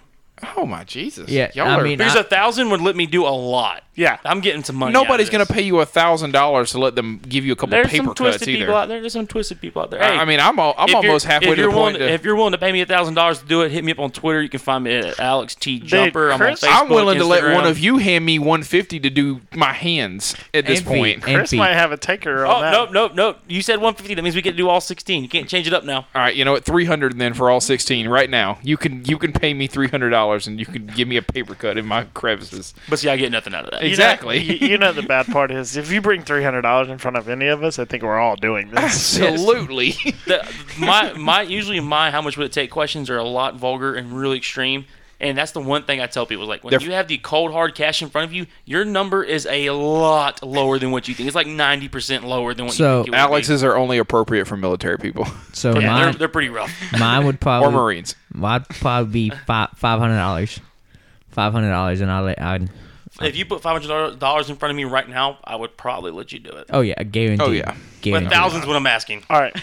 Oh my Jesus!
Yeah,
Y'all
I
are-
mean,
Because a thousand would let me do a lot.
yeah.
I'm getting some money.
nobody's
out
gonna
of this.
pay you a thousand dollars to let them give you a couple
There's
paper
some
cuts
twisted
either.
people out there. There's some twisted people out there.
I-
Hey,
I mean, I'm al- I'm
if you're-
almost halfway
if
to
you're
the
willing,
point. to-
If you're willing to pay me a thousand dollars to do it, hit me up on Twitter. You can find me at Alex T Jumper. I'm on
Chris-
Facebook,
I'm willing to let one
Instagram.
of you hand me 150 to do my hands at this
Envy.
point.
En-
Chris
MP.
might have a taker on
Oh
that.
nope, nope, nope. You said 150. That means we get to do all 16. You can't change it up now.
All right, you know what? 300 then for all 16 right now. You can you can pay me 300 dollars and you can give me a paper cut in my crevices.
But see, I get nothing out of that.
You know-
Exactly.
you, you know the bad part is if you bring three hundred dollars in front of any of us, I think we're all
[LAUGHS]
doing this.
Absolutely. [LAUGHS]
The- my my usually my how much would it take questions are a lot vulgar and really extreme. And that's the one thing I tell people is like when
They're-
you have the cold hard cash in front of you, your number is a lot lower than what you think. It's like 90% lower than what
So,
you think. it would be.
Alex's are only appropriate for military people
So
yeah, they're,
mine,
they're pretty rough.
mine would probably
or Marines.
I'd probably be five five hundred dollars, five hundred dollars, and I'll let I'd
if you put $500 dollars in front of me right now, I would probably let you do it.
oh yeah, guaranteed.
Oh, yeah.
But
guaranteed.
thousands what I'm asking. [LAUGHS]
all right.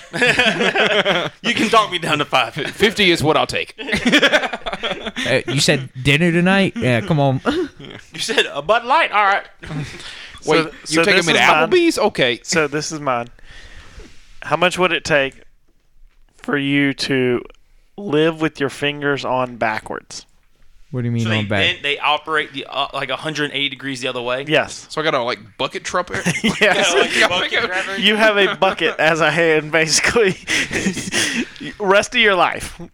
You can talk me down to five.
50 is what I'll take.
Uh, you said dinner
[LAUGHS]
tonight? Yeah, come on.
You said a Bud Light. All right.
Wait,
th- so
you're taking
this
me to
is mine.
Applebee's? Okay.
So this is mine. How much would it take for you to live with your fingers on backwards?
What do you mean
So they,
on back?
then they operate the uh, like 180 degrees the other way. [LAUGHS]
Yes.
So I got a like bucket truck.
Yes.
Like a
[LAUGHS] Yeah,
bucket
I think I-
grabber.
you have a bucket as a hand, basically. [LAUGHS] Rest of your life.
what?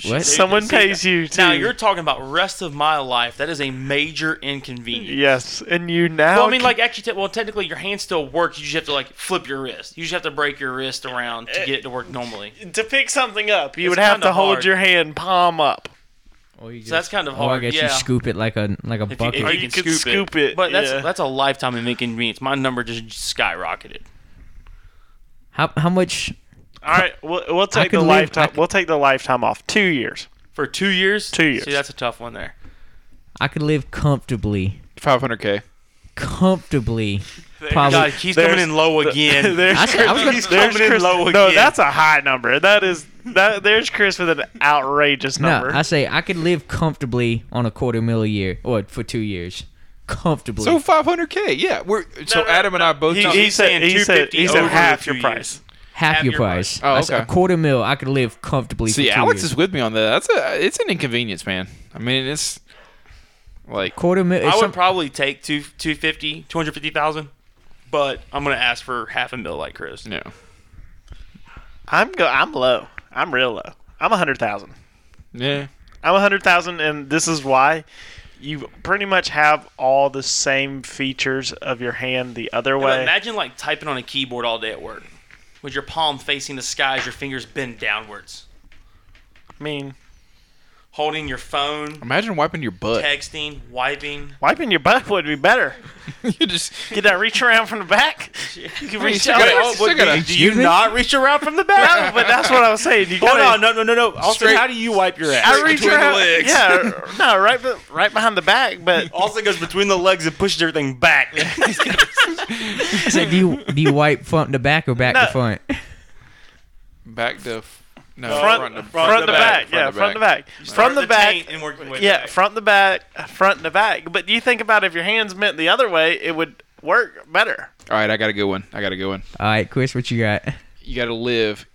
Dude,
Someone
see,
pays you to.
Now you're talking about rest of my life. That is a major inconvenience.
Yes, and you now.
Well, I mean, like actually, te- well, technically, your hand still works. You just have to like flip your wrist. You just have to break your wrist around to get it to work normally.
to pick something up, you
It's
would have
kinda
to hold
hard.
your hand palm up.
Or Oh, you just,
So that's kind of
Oh,
or I
hard.
guess
yeah.
you scoop it like a like a
if you,
bucket.
if
Or
you
you
can
could
scoop,
scoop
it.
it,
But that's
yeah.
that's a lifetime of inconvenience. My number just skyrocketed.
how how much?
All right, we'll, we'll take
could
the
live- I
lifetime.
could-
We'll take the lifetime off. Two years.
For two years?
Two years.
See, that's a tough one there.
I could live comfortably,
500k.
[LAUGHS]
comfortably. Probably.
God, he's
There's-
coming in low
[LAUGHS]
again.
There's,
I, said- I was gonna,
He's coming in
Chris-
low
No,
again.
that's a high number. That is that. There's Chris with an outrageous
no,
number.
I say I could live comfortably on a quarter mil a year or for two years, comfortably.
So 500k. Yeah, we're so
no,
Adam and I both.
He-
talk-
he's
he said
saying
he said
250
he said
over
half
two
your
years.
price.
half,
half
your
your
price.
price. Oh,
I said
okay.
a quarter mil, I could live comfortably.
See,
for two
Alex
years.
is with me on that. That's a it's an inconvenience, man. I mean, it's like
quarter mil.
I
it's
would
some-
probably take two, 250, 250,000, but I'm going to ask for half a mil like Chris.
no.
I'm go. I'm low. I'm real low. I'm a hundred thousand.
Yeah.
I'm a hundred thousand, and this is why. You pretty much have all the same features of your hand the other
But
way.
imagine like typing on a keyboard all day at work with your palm facing the sky as your fingers bend downwards,
I mean,
holding your phone,
Imagine wiping your butt.
texting, wiping. [LAUGHS]
wiping your butt would be better.
[LAUGHS] you just
Get that reach around from
[LAUGHS]
the back. You can
you
reach
still
out.
gotta-
Oh,
still gotta-
do you
Excuse me?
not reach around from the back?
[LAUGHS]
no, [LAUGHS] but that's what I was saying. You
Hold
gotta-
on, no, no, no, no. Austin,
Straight-
how do you wipe your ass?
I reach
between the
around.
legs.
[LAUGHS] Yeah, no, right, be- right behind the back.
[LAUGHS]
But
Austin goes between the legs and pushes everything
[LAUGHS]
back.
I said, do you do you wipe front to back or back
No.
to front?
back to f- no
front,
to,
front, to back. Yeah, front to back. From
Start
the back.
taint and work your way
Yeah,
back.
front to back. Front to back. But you think about if your hands meant the other way, it would work better.
All right, I got a good one. I got a good one.
All right, Chris, what you got?
You got to live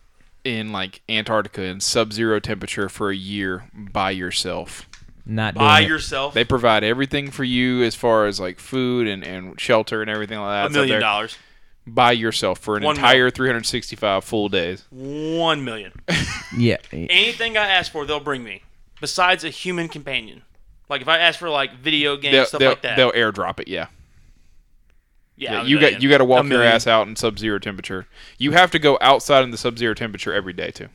in like Antarctica in sub-zero temperature for a year by yourself.
Not
by
doing it.
yourself
They provide everything for you as far as like food and, and shelter and everything like that.
a
It's up
million
there
dollars.
by yourself for an
One
entire 365 full days.
One million.
Yeah.
Anything I ask for, they'll bring me. Besides a human companion. Like if I ask for like video games
They'll,
stuff
they'll,
like that,
they'll airdrop it. Yeah.
yeah,
Yeah,
a
you got
million.
you got to
A
walk your
million.
ass out in sub-zero temperature. You have to go outside in the sub-zero temperature every day too.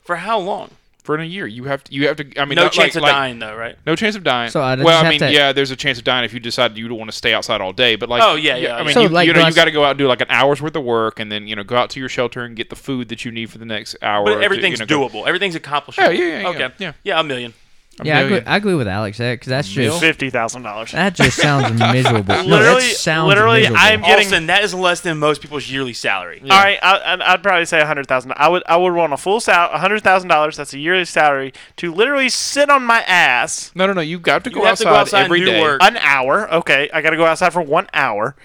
for how long?
For a year, you have to. You have to. I mean,
no
not
chance
like-
of
like-
dying though, right?
No chance of dying.
So I just
well, I
have
mean,
to-
yeah, there's a chance of dying if you decide you don't want to stay outside all day. But like,
Oh, yeah, yeah,
I
yeah.
mean,
So,
you,
like,
you know,
do I
you
s-
got to go out and do like an hour's worth of work, and then you know, go out to your shelter and get the food that you need for the next hour.
But everything's
to, you know, go-
doable. Everything's accomplishable.
Yeah, yeah, yeah,
okay.
yeah.
yeah, a million.
A
Yeah, I agree,
million.
I agree with Alex there because that's just
Fifty thousand dollars.
that just sounds miserable. no, that
Literally-
sounds
literally,
miserable.
I'm- Getting-
Austin, that is less than most people's yearly salary.
All right, I, I- I'd probably say a hundred thousand. I would I would want a full sal a hundred thousand dollars. That's a yearly salary to literally sit on my ass
No, no, no. You got to go,
have to
outside,
go outside and
every
do
day.
work.
an hour. Okay, I got to go outside for one hour.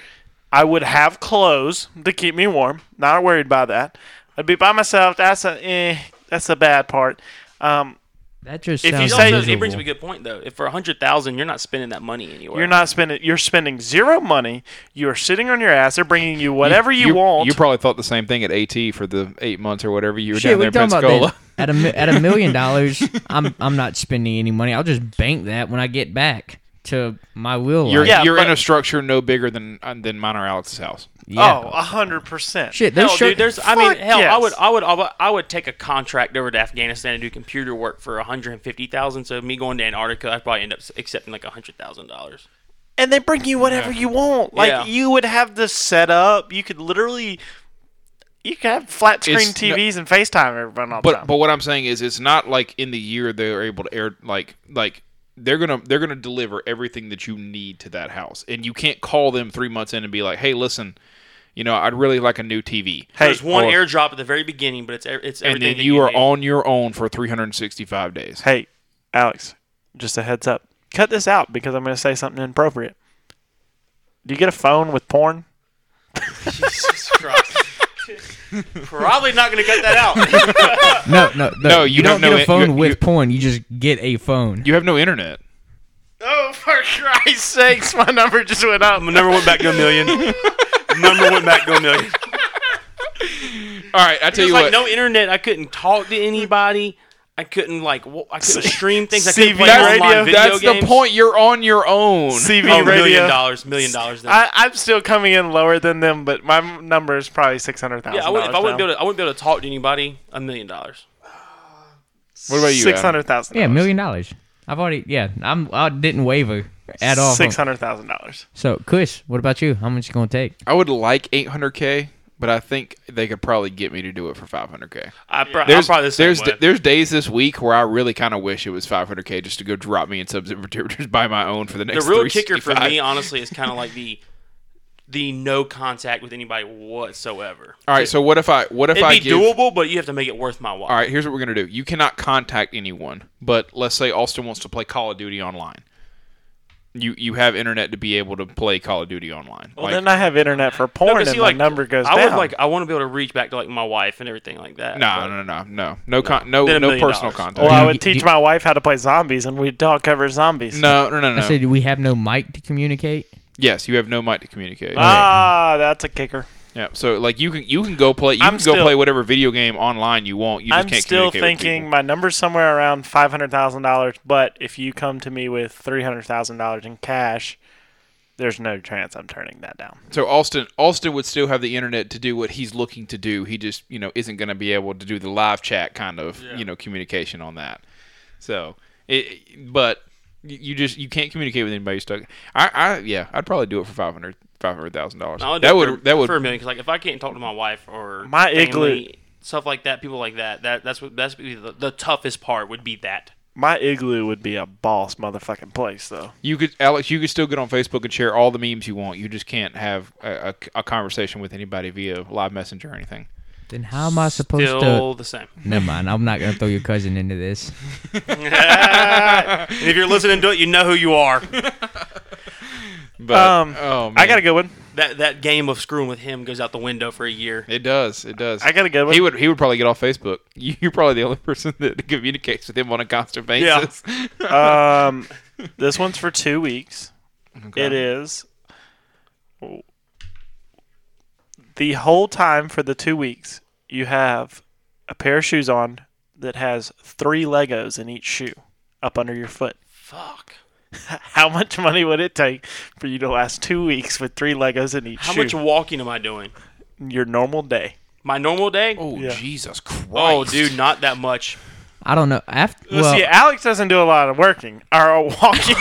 I would have clothes to keep me warm. Not worried about that. I'd be by myself. That's a eh, that's the bad part. Um,
that just
if you
sounds
It
say-
also-
miserable.
it brings up a good point though. If for a hundred thousand, you're not spending that money anywhere.
you're not spending. You're spending zero money. You're sitting on your ass. They're bringing you whatever you, want.
You probably thought the same thing at AT for the eight months or whatever you were
Shit,
down
we
there in
talking about
Pensacola.
that. [LAUGHS] At a mi- at a million
[LAUGHS]
dollars, I'm I'm not spending any money. I'll just bank that when I get back to my wheel.
You're
life.
Yeah,
you're in
but-
a structure no bigger than uh, than mine or Alex's house.
yeah.
Oh, a hundred percent.
shit. Those
Hell,
shirt-
dude, there's. I mean,
Fuck
hell, I
yes.
would, I would, I would, I would take a contract over to Afghanistan and do computer work for 150,000. So me going to Antarctica, I'd probably end up s- accepting like 100,000 dollars.
and they bring you whatever you want. Like
Yeah.
you would have this set up. You could literally, you could have flat screen
It's no-
TVs and FaceTime everyone all the
But
time.
but what I'm saying is, it's not like in the year they're able to air like like they're gonna they're gonna deliver everything that you need to that house, and you can't call them three months in and be like, hey, listen, you know, I'd really like a new TV.
Hey,
There's one
or-
airdrop at the very beginning, but it's e- it's
and
everything.
then
that
you are
need.
on your own for 365 days.
hey, Alex, just a heads up. Cut this out because I'm going to say something inappropriate. Do you get a phone with porn?
[LAUGHS] Jesus Christ. Probably not going to cut that out. [LAUGHS]
no, no, no.
No, you
don't
don't know
get a
it.
phone
You-
with
you-
porn. You just get a phone.
You have no internet.
Oh, [LAUGHS] for Christ's sakes, my number just went up.
My number went back to a million. number went back to a
[LAUGHS]
million.
All right, I tell
There's
you
like
what.
no internet. I couldn't talk to anybody. I couldn't like. wa- I [LAUGHS] couldn't stream things. I couldn't
CV
play
that's
online
radio.
video
that's
games.
the point. You're on your own.
[LAUGHS] CV
Oh, million
radio.
dollars, million dollars. then.
I, I'm still coming in lower than them, but my m- number is probably six hundred thousand.
Yeah, I would, if I wouldn't be able to, I wouldn't be able to talk to anybody. A million dollars.
what about you?
Six
Adam?
hundred thousand.
Yeah, million dollars. I've already. Yeah, I'm. I didn't waver at all.
Six hundred thousand dollars.
So, Kush, what about you? How much you gonna take?
I would like 800k, but I think they could probably get me to do it for 500k.
I pro-
There's
I'm probably the same
there's
way.
there's days this week where I really kind of wish it was 500k just to go drop me in sub temperatures by my own for the
the
next.
real kicker for
365.
me, honestly, is kind of like the the no contact with anybody whatsoever.
All right, so what if I what if
It'd
I
be
give?
doable, but you have to make it worth my while.
All right, here's what we're gonna do. You cannot contact anyone, but let's say Austin wants to play Call of Duty online. You you have internet to be able to play Call of Duty online.
Well,
Like,
then I have internet for porn,
'cause
and
see,
my number goes
I
down.
would like. I want to be able to reach back to like my wife and everything like that.
no,
but-
no, no, no, no, con- no,
Then a
no
million
personal
dollars.
contact.
Well, I
you-
would
do
teach
you-
my wife how to play zombies, and we'd all cover zombies.
no, no, no,
I
no.
said we have no mic to communicate.
yes, you have no mic to
Uh,
communicate.
Ah, that's a kicker.
Yeah, so like you can you can go play you
I'm
can
still-
go play whatever video game online you want. You just
I'm
can't
still
communicate
thinking
With
my number's somewhere around five hundred thousand dollars. But if you come to me with three hundred thousand dollars in cash, there's no chance I'm turning that down.
people. so Austin Austin would still have the internet to do what he's looking to do. He just you know isn't going to be able to do the live chat kind of you know communication on that. So it, but you- you just you can't communicate with anybody. You're Stuck. I, I yeah, I'd probably do it for five hundred five hundred thousand dollars.
I would do
That
it
would
for,
that would
for a million because like if I can't talk to my wife or
My igloo-
family, stuff like that, people like that. That that's what that's the, the toughest part would be that.
My igloo would be a boss motherfucking place, though.
you could Alex you could still get on Facebook and share all the memes you want. You just can't have a, a, a conversation with anybody via live messenger or anything.
Then how am I supposed
Still the same. [LAUGHS]
to? Never mind. I'm not gonna throw your cousin into this.
And if you're listening to it, you know who you are.
But
Um,
oh, man.
I got a good one.
That that game of screwing with him goes out the window for a year.
It does. It does.
I got a good one.
He would. He would probably get off Facebook. [LAUGHS] You- You're probably the only person that [LAUGHS] communicates with him on a constant basis.
[LAUGHS] um, [LAUGHS] this one's for two weeks. It is the whole time for the two weeks. You have a pair of shoes on that has three Legos in each shoe up under your foot.
Fuck.
How much money would it take for you to last two weeks with three Legos in each
How
shoe?
much walking am I doing?
Your normal day.
My normal day?
Oh
Yeah.
Jesus Christ!
Oh,
[LAUGHS]
dude, not that much.
I don't know. After
Well,
well,
see, Alex doesn't do a lot of working or [LAUGHS] walking.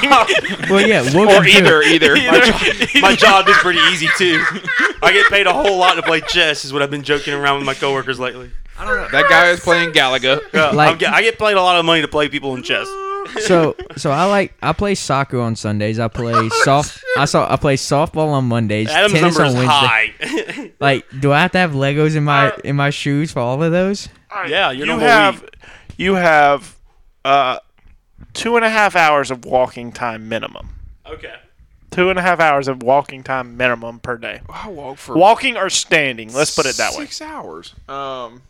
well,
[LAUGHS]
yeah,
Or
Wilkins too.
either, either.
My, jo- my job is pretty easy too. I get paid a whole lot to play chess, is what I've been joking around with my coworkers lately.
That guy is playing [LAUGHS] Galaga.
Uh,
Like-
I'm get- I get paid a lot of money to play people in chess.
So, so I like I play soccer on Sundays. I play soft. I saw I play softball on Mondays.
Adam's
tennis
number
on
is [LAUGHS]
Wednesday.
high. Uh,
Like, do I have to have Legos in my in my shoes for all of those?
yeah, your
you
normal
have
week.
you have uh, two and a half hours of walking time minimum.
Okay.
Two and a half hours of walking time minimum per day.
I walk for
Walking or standing. Let's put it that way.
Six hours. Um,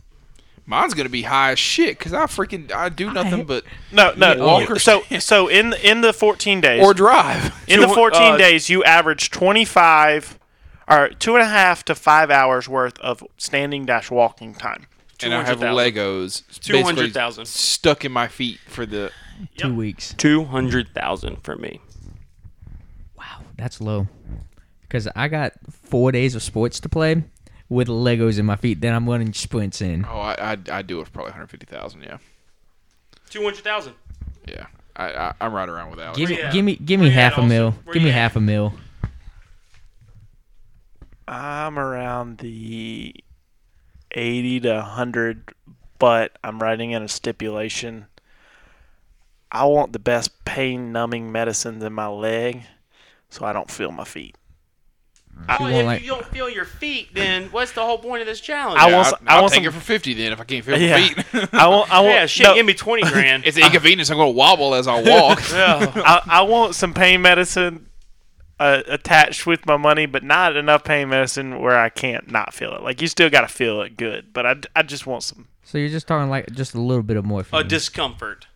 mine's gonna be high as shit because I freaking I do nothing but
No, no.
Yeah, walk or
so so in in the 14 days
or drive. [LAUGHS]
in the
two-
14
uh,
days you average 25 or two and a half to five hours worth of standing dash walking time.
And I have
200,000.
Legos basically
200,000.
stuck in my feet for the.
Two weeks.
Two hundred thousand for me.
Wow, that's low. Because I got four days of sports to play with Legos in my feet. Then I'm running sprints in.
Oh, I I, I do it for probably one hundred fifty thousand. Yeah,
Two hundred thousand.
yeah. I, I I'm right around with Alex.
Give me,
Where you
give
at?
me, give me
Where you
half
at,
a
Austin?
mil.
Where
Give
you
me
at?
half a mil.
I'm around the 80 to 100, but I'm writing in a stipulation. I want the best pain numbing medicines in my leg so I don't feel my [LAUGHS] feet.
She won't like-
don't feel your feet, then what's the whole point of this challenge?
I
Yeah,
want, s-
I'll,
I
I'll
want
take
some,
it for fifty then if I can't feel my
Yeah.
feet.
I want, I want,
yeah, shit.
no,
give me [LAUGHS] twenty grand.
it's an inconvenience. I'm gonna wobble as I walk.
I, I want some pain medicine uh, attached with my money, but not enough pain medicine where I can't not feel it. Like, you still got to feel it good, but I, I just want some
So you're just talking like just a little bit of morphine.
a discomfort.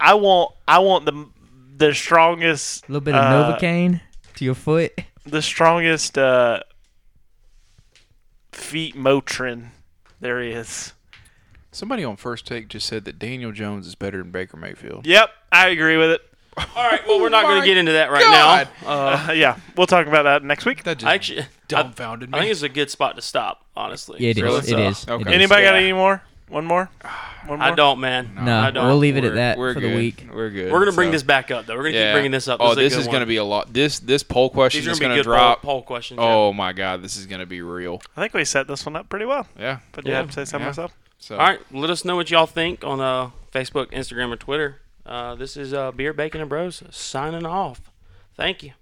I want I want the the strongest
a little bit of
uh,
Novocaine to your foot.
the strongest uh, feet Motrin there is.
Somebody on first take just said that Daniel Jones is better than Baker Mayfield.
Yep, I agree with it.
[LAUGHS] All right, well, we're not
Oh
going
my
to get into that right
God.
now. Uh,
Uh, yeah, we'll talk about that next week.
That just
I actually, I,
dumbfounded
I
me.
think it's a good spot to stop. Honestly,
Yeah, it is.
So let's,
It
uh,
is. It
okay.
is.
Anybody got
Yeah.
any more? One more. One more.
I don't, man.
No,
I don't.
we'll leave it at
We're-
that
we're
for
good.
the week.
We're good.
We're gonna bring
So-
this back up though. We're gonna keep bringing this up.
Oh,
a
this
good
is
one.
going to be a lot. This this poll question
These
is
are
going
gonna
to
be good
drop.
poll, poll questions. yeah.
oh my God, this is going to be real.
I think we set this one up pretty well.
Yeah.
But do you
Yeah,
have to say something
yeah.
myself?
So
All right, let us know what y'all think on uh, Facebook, Instagram, or Twitter. Uh, this is uh, Beer, Bacon, and Bros signing off. Thank you.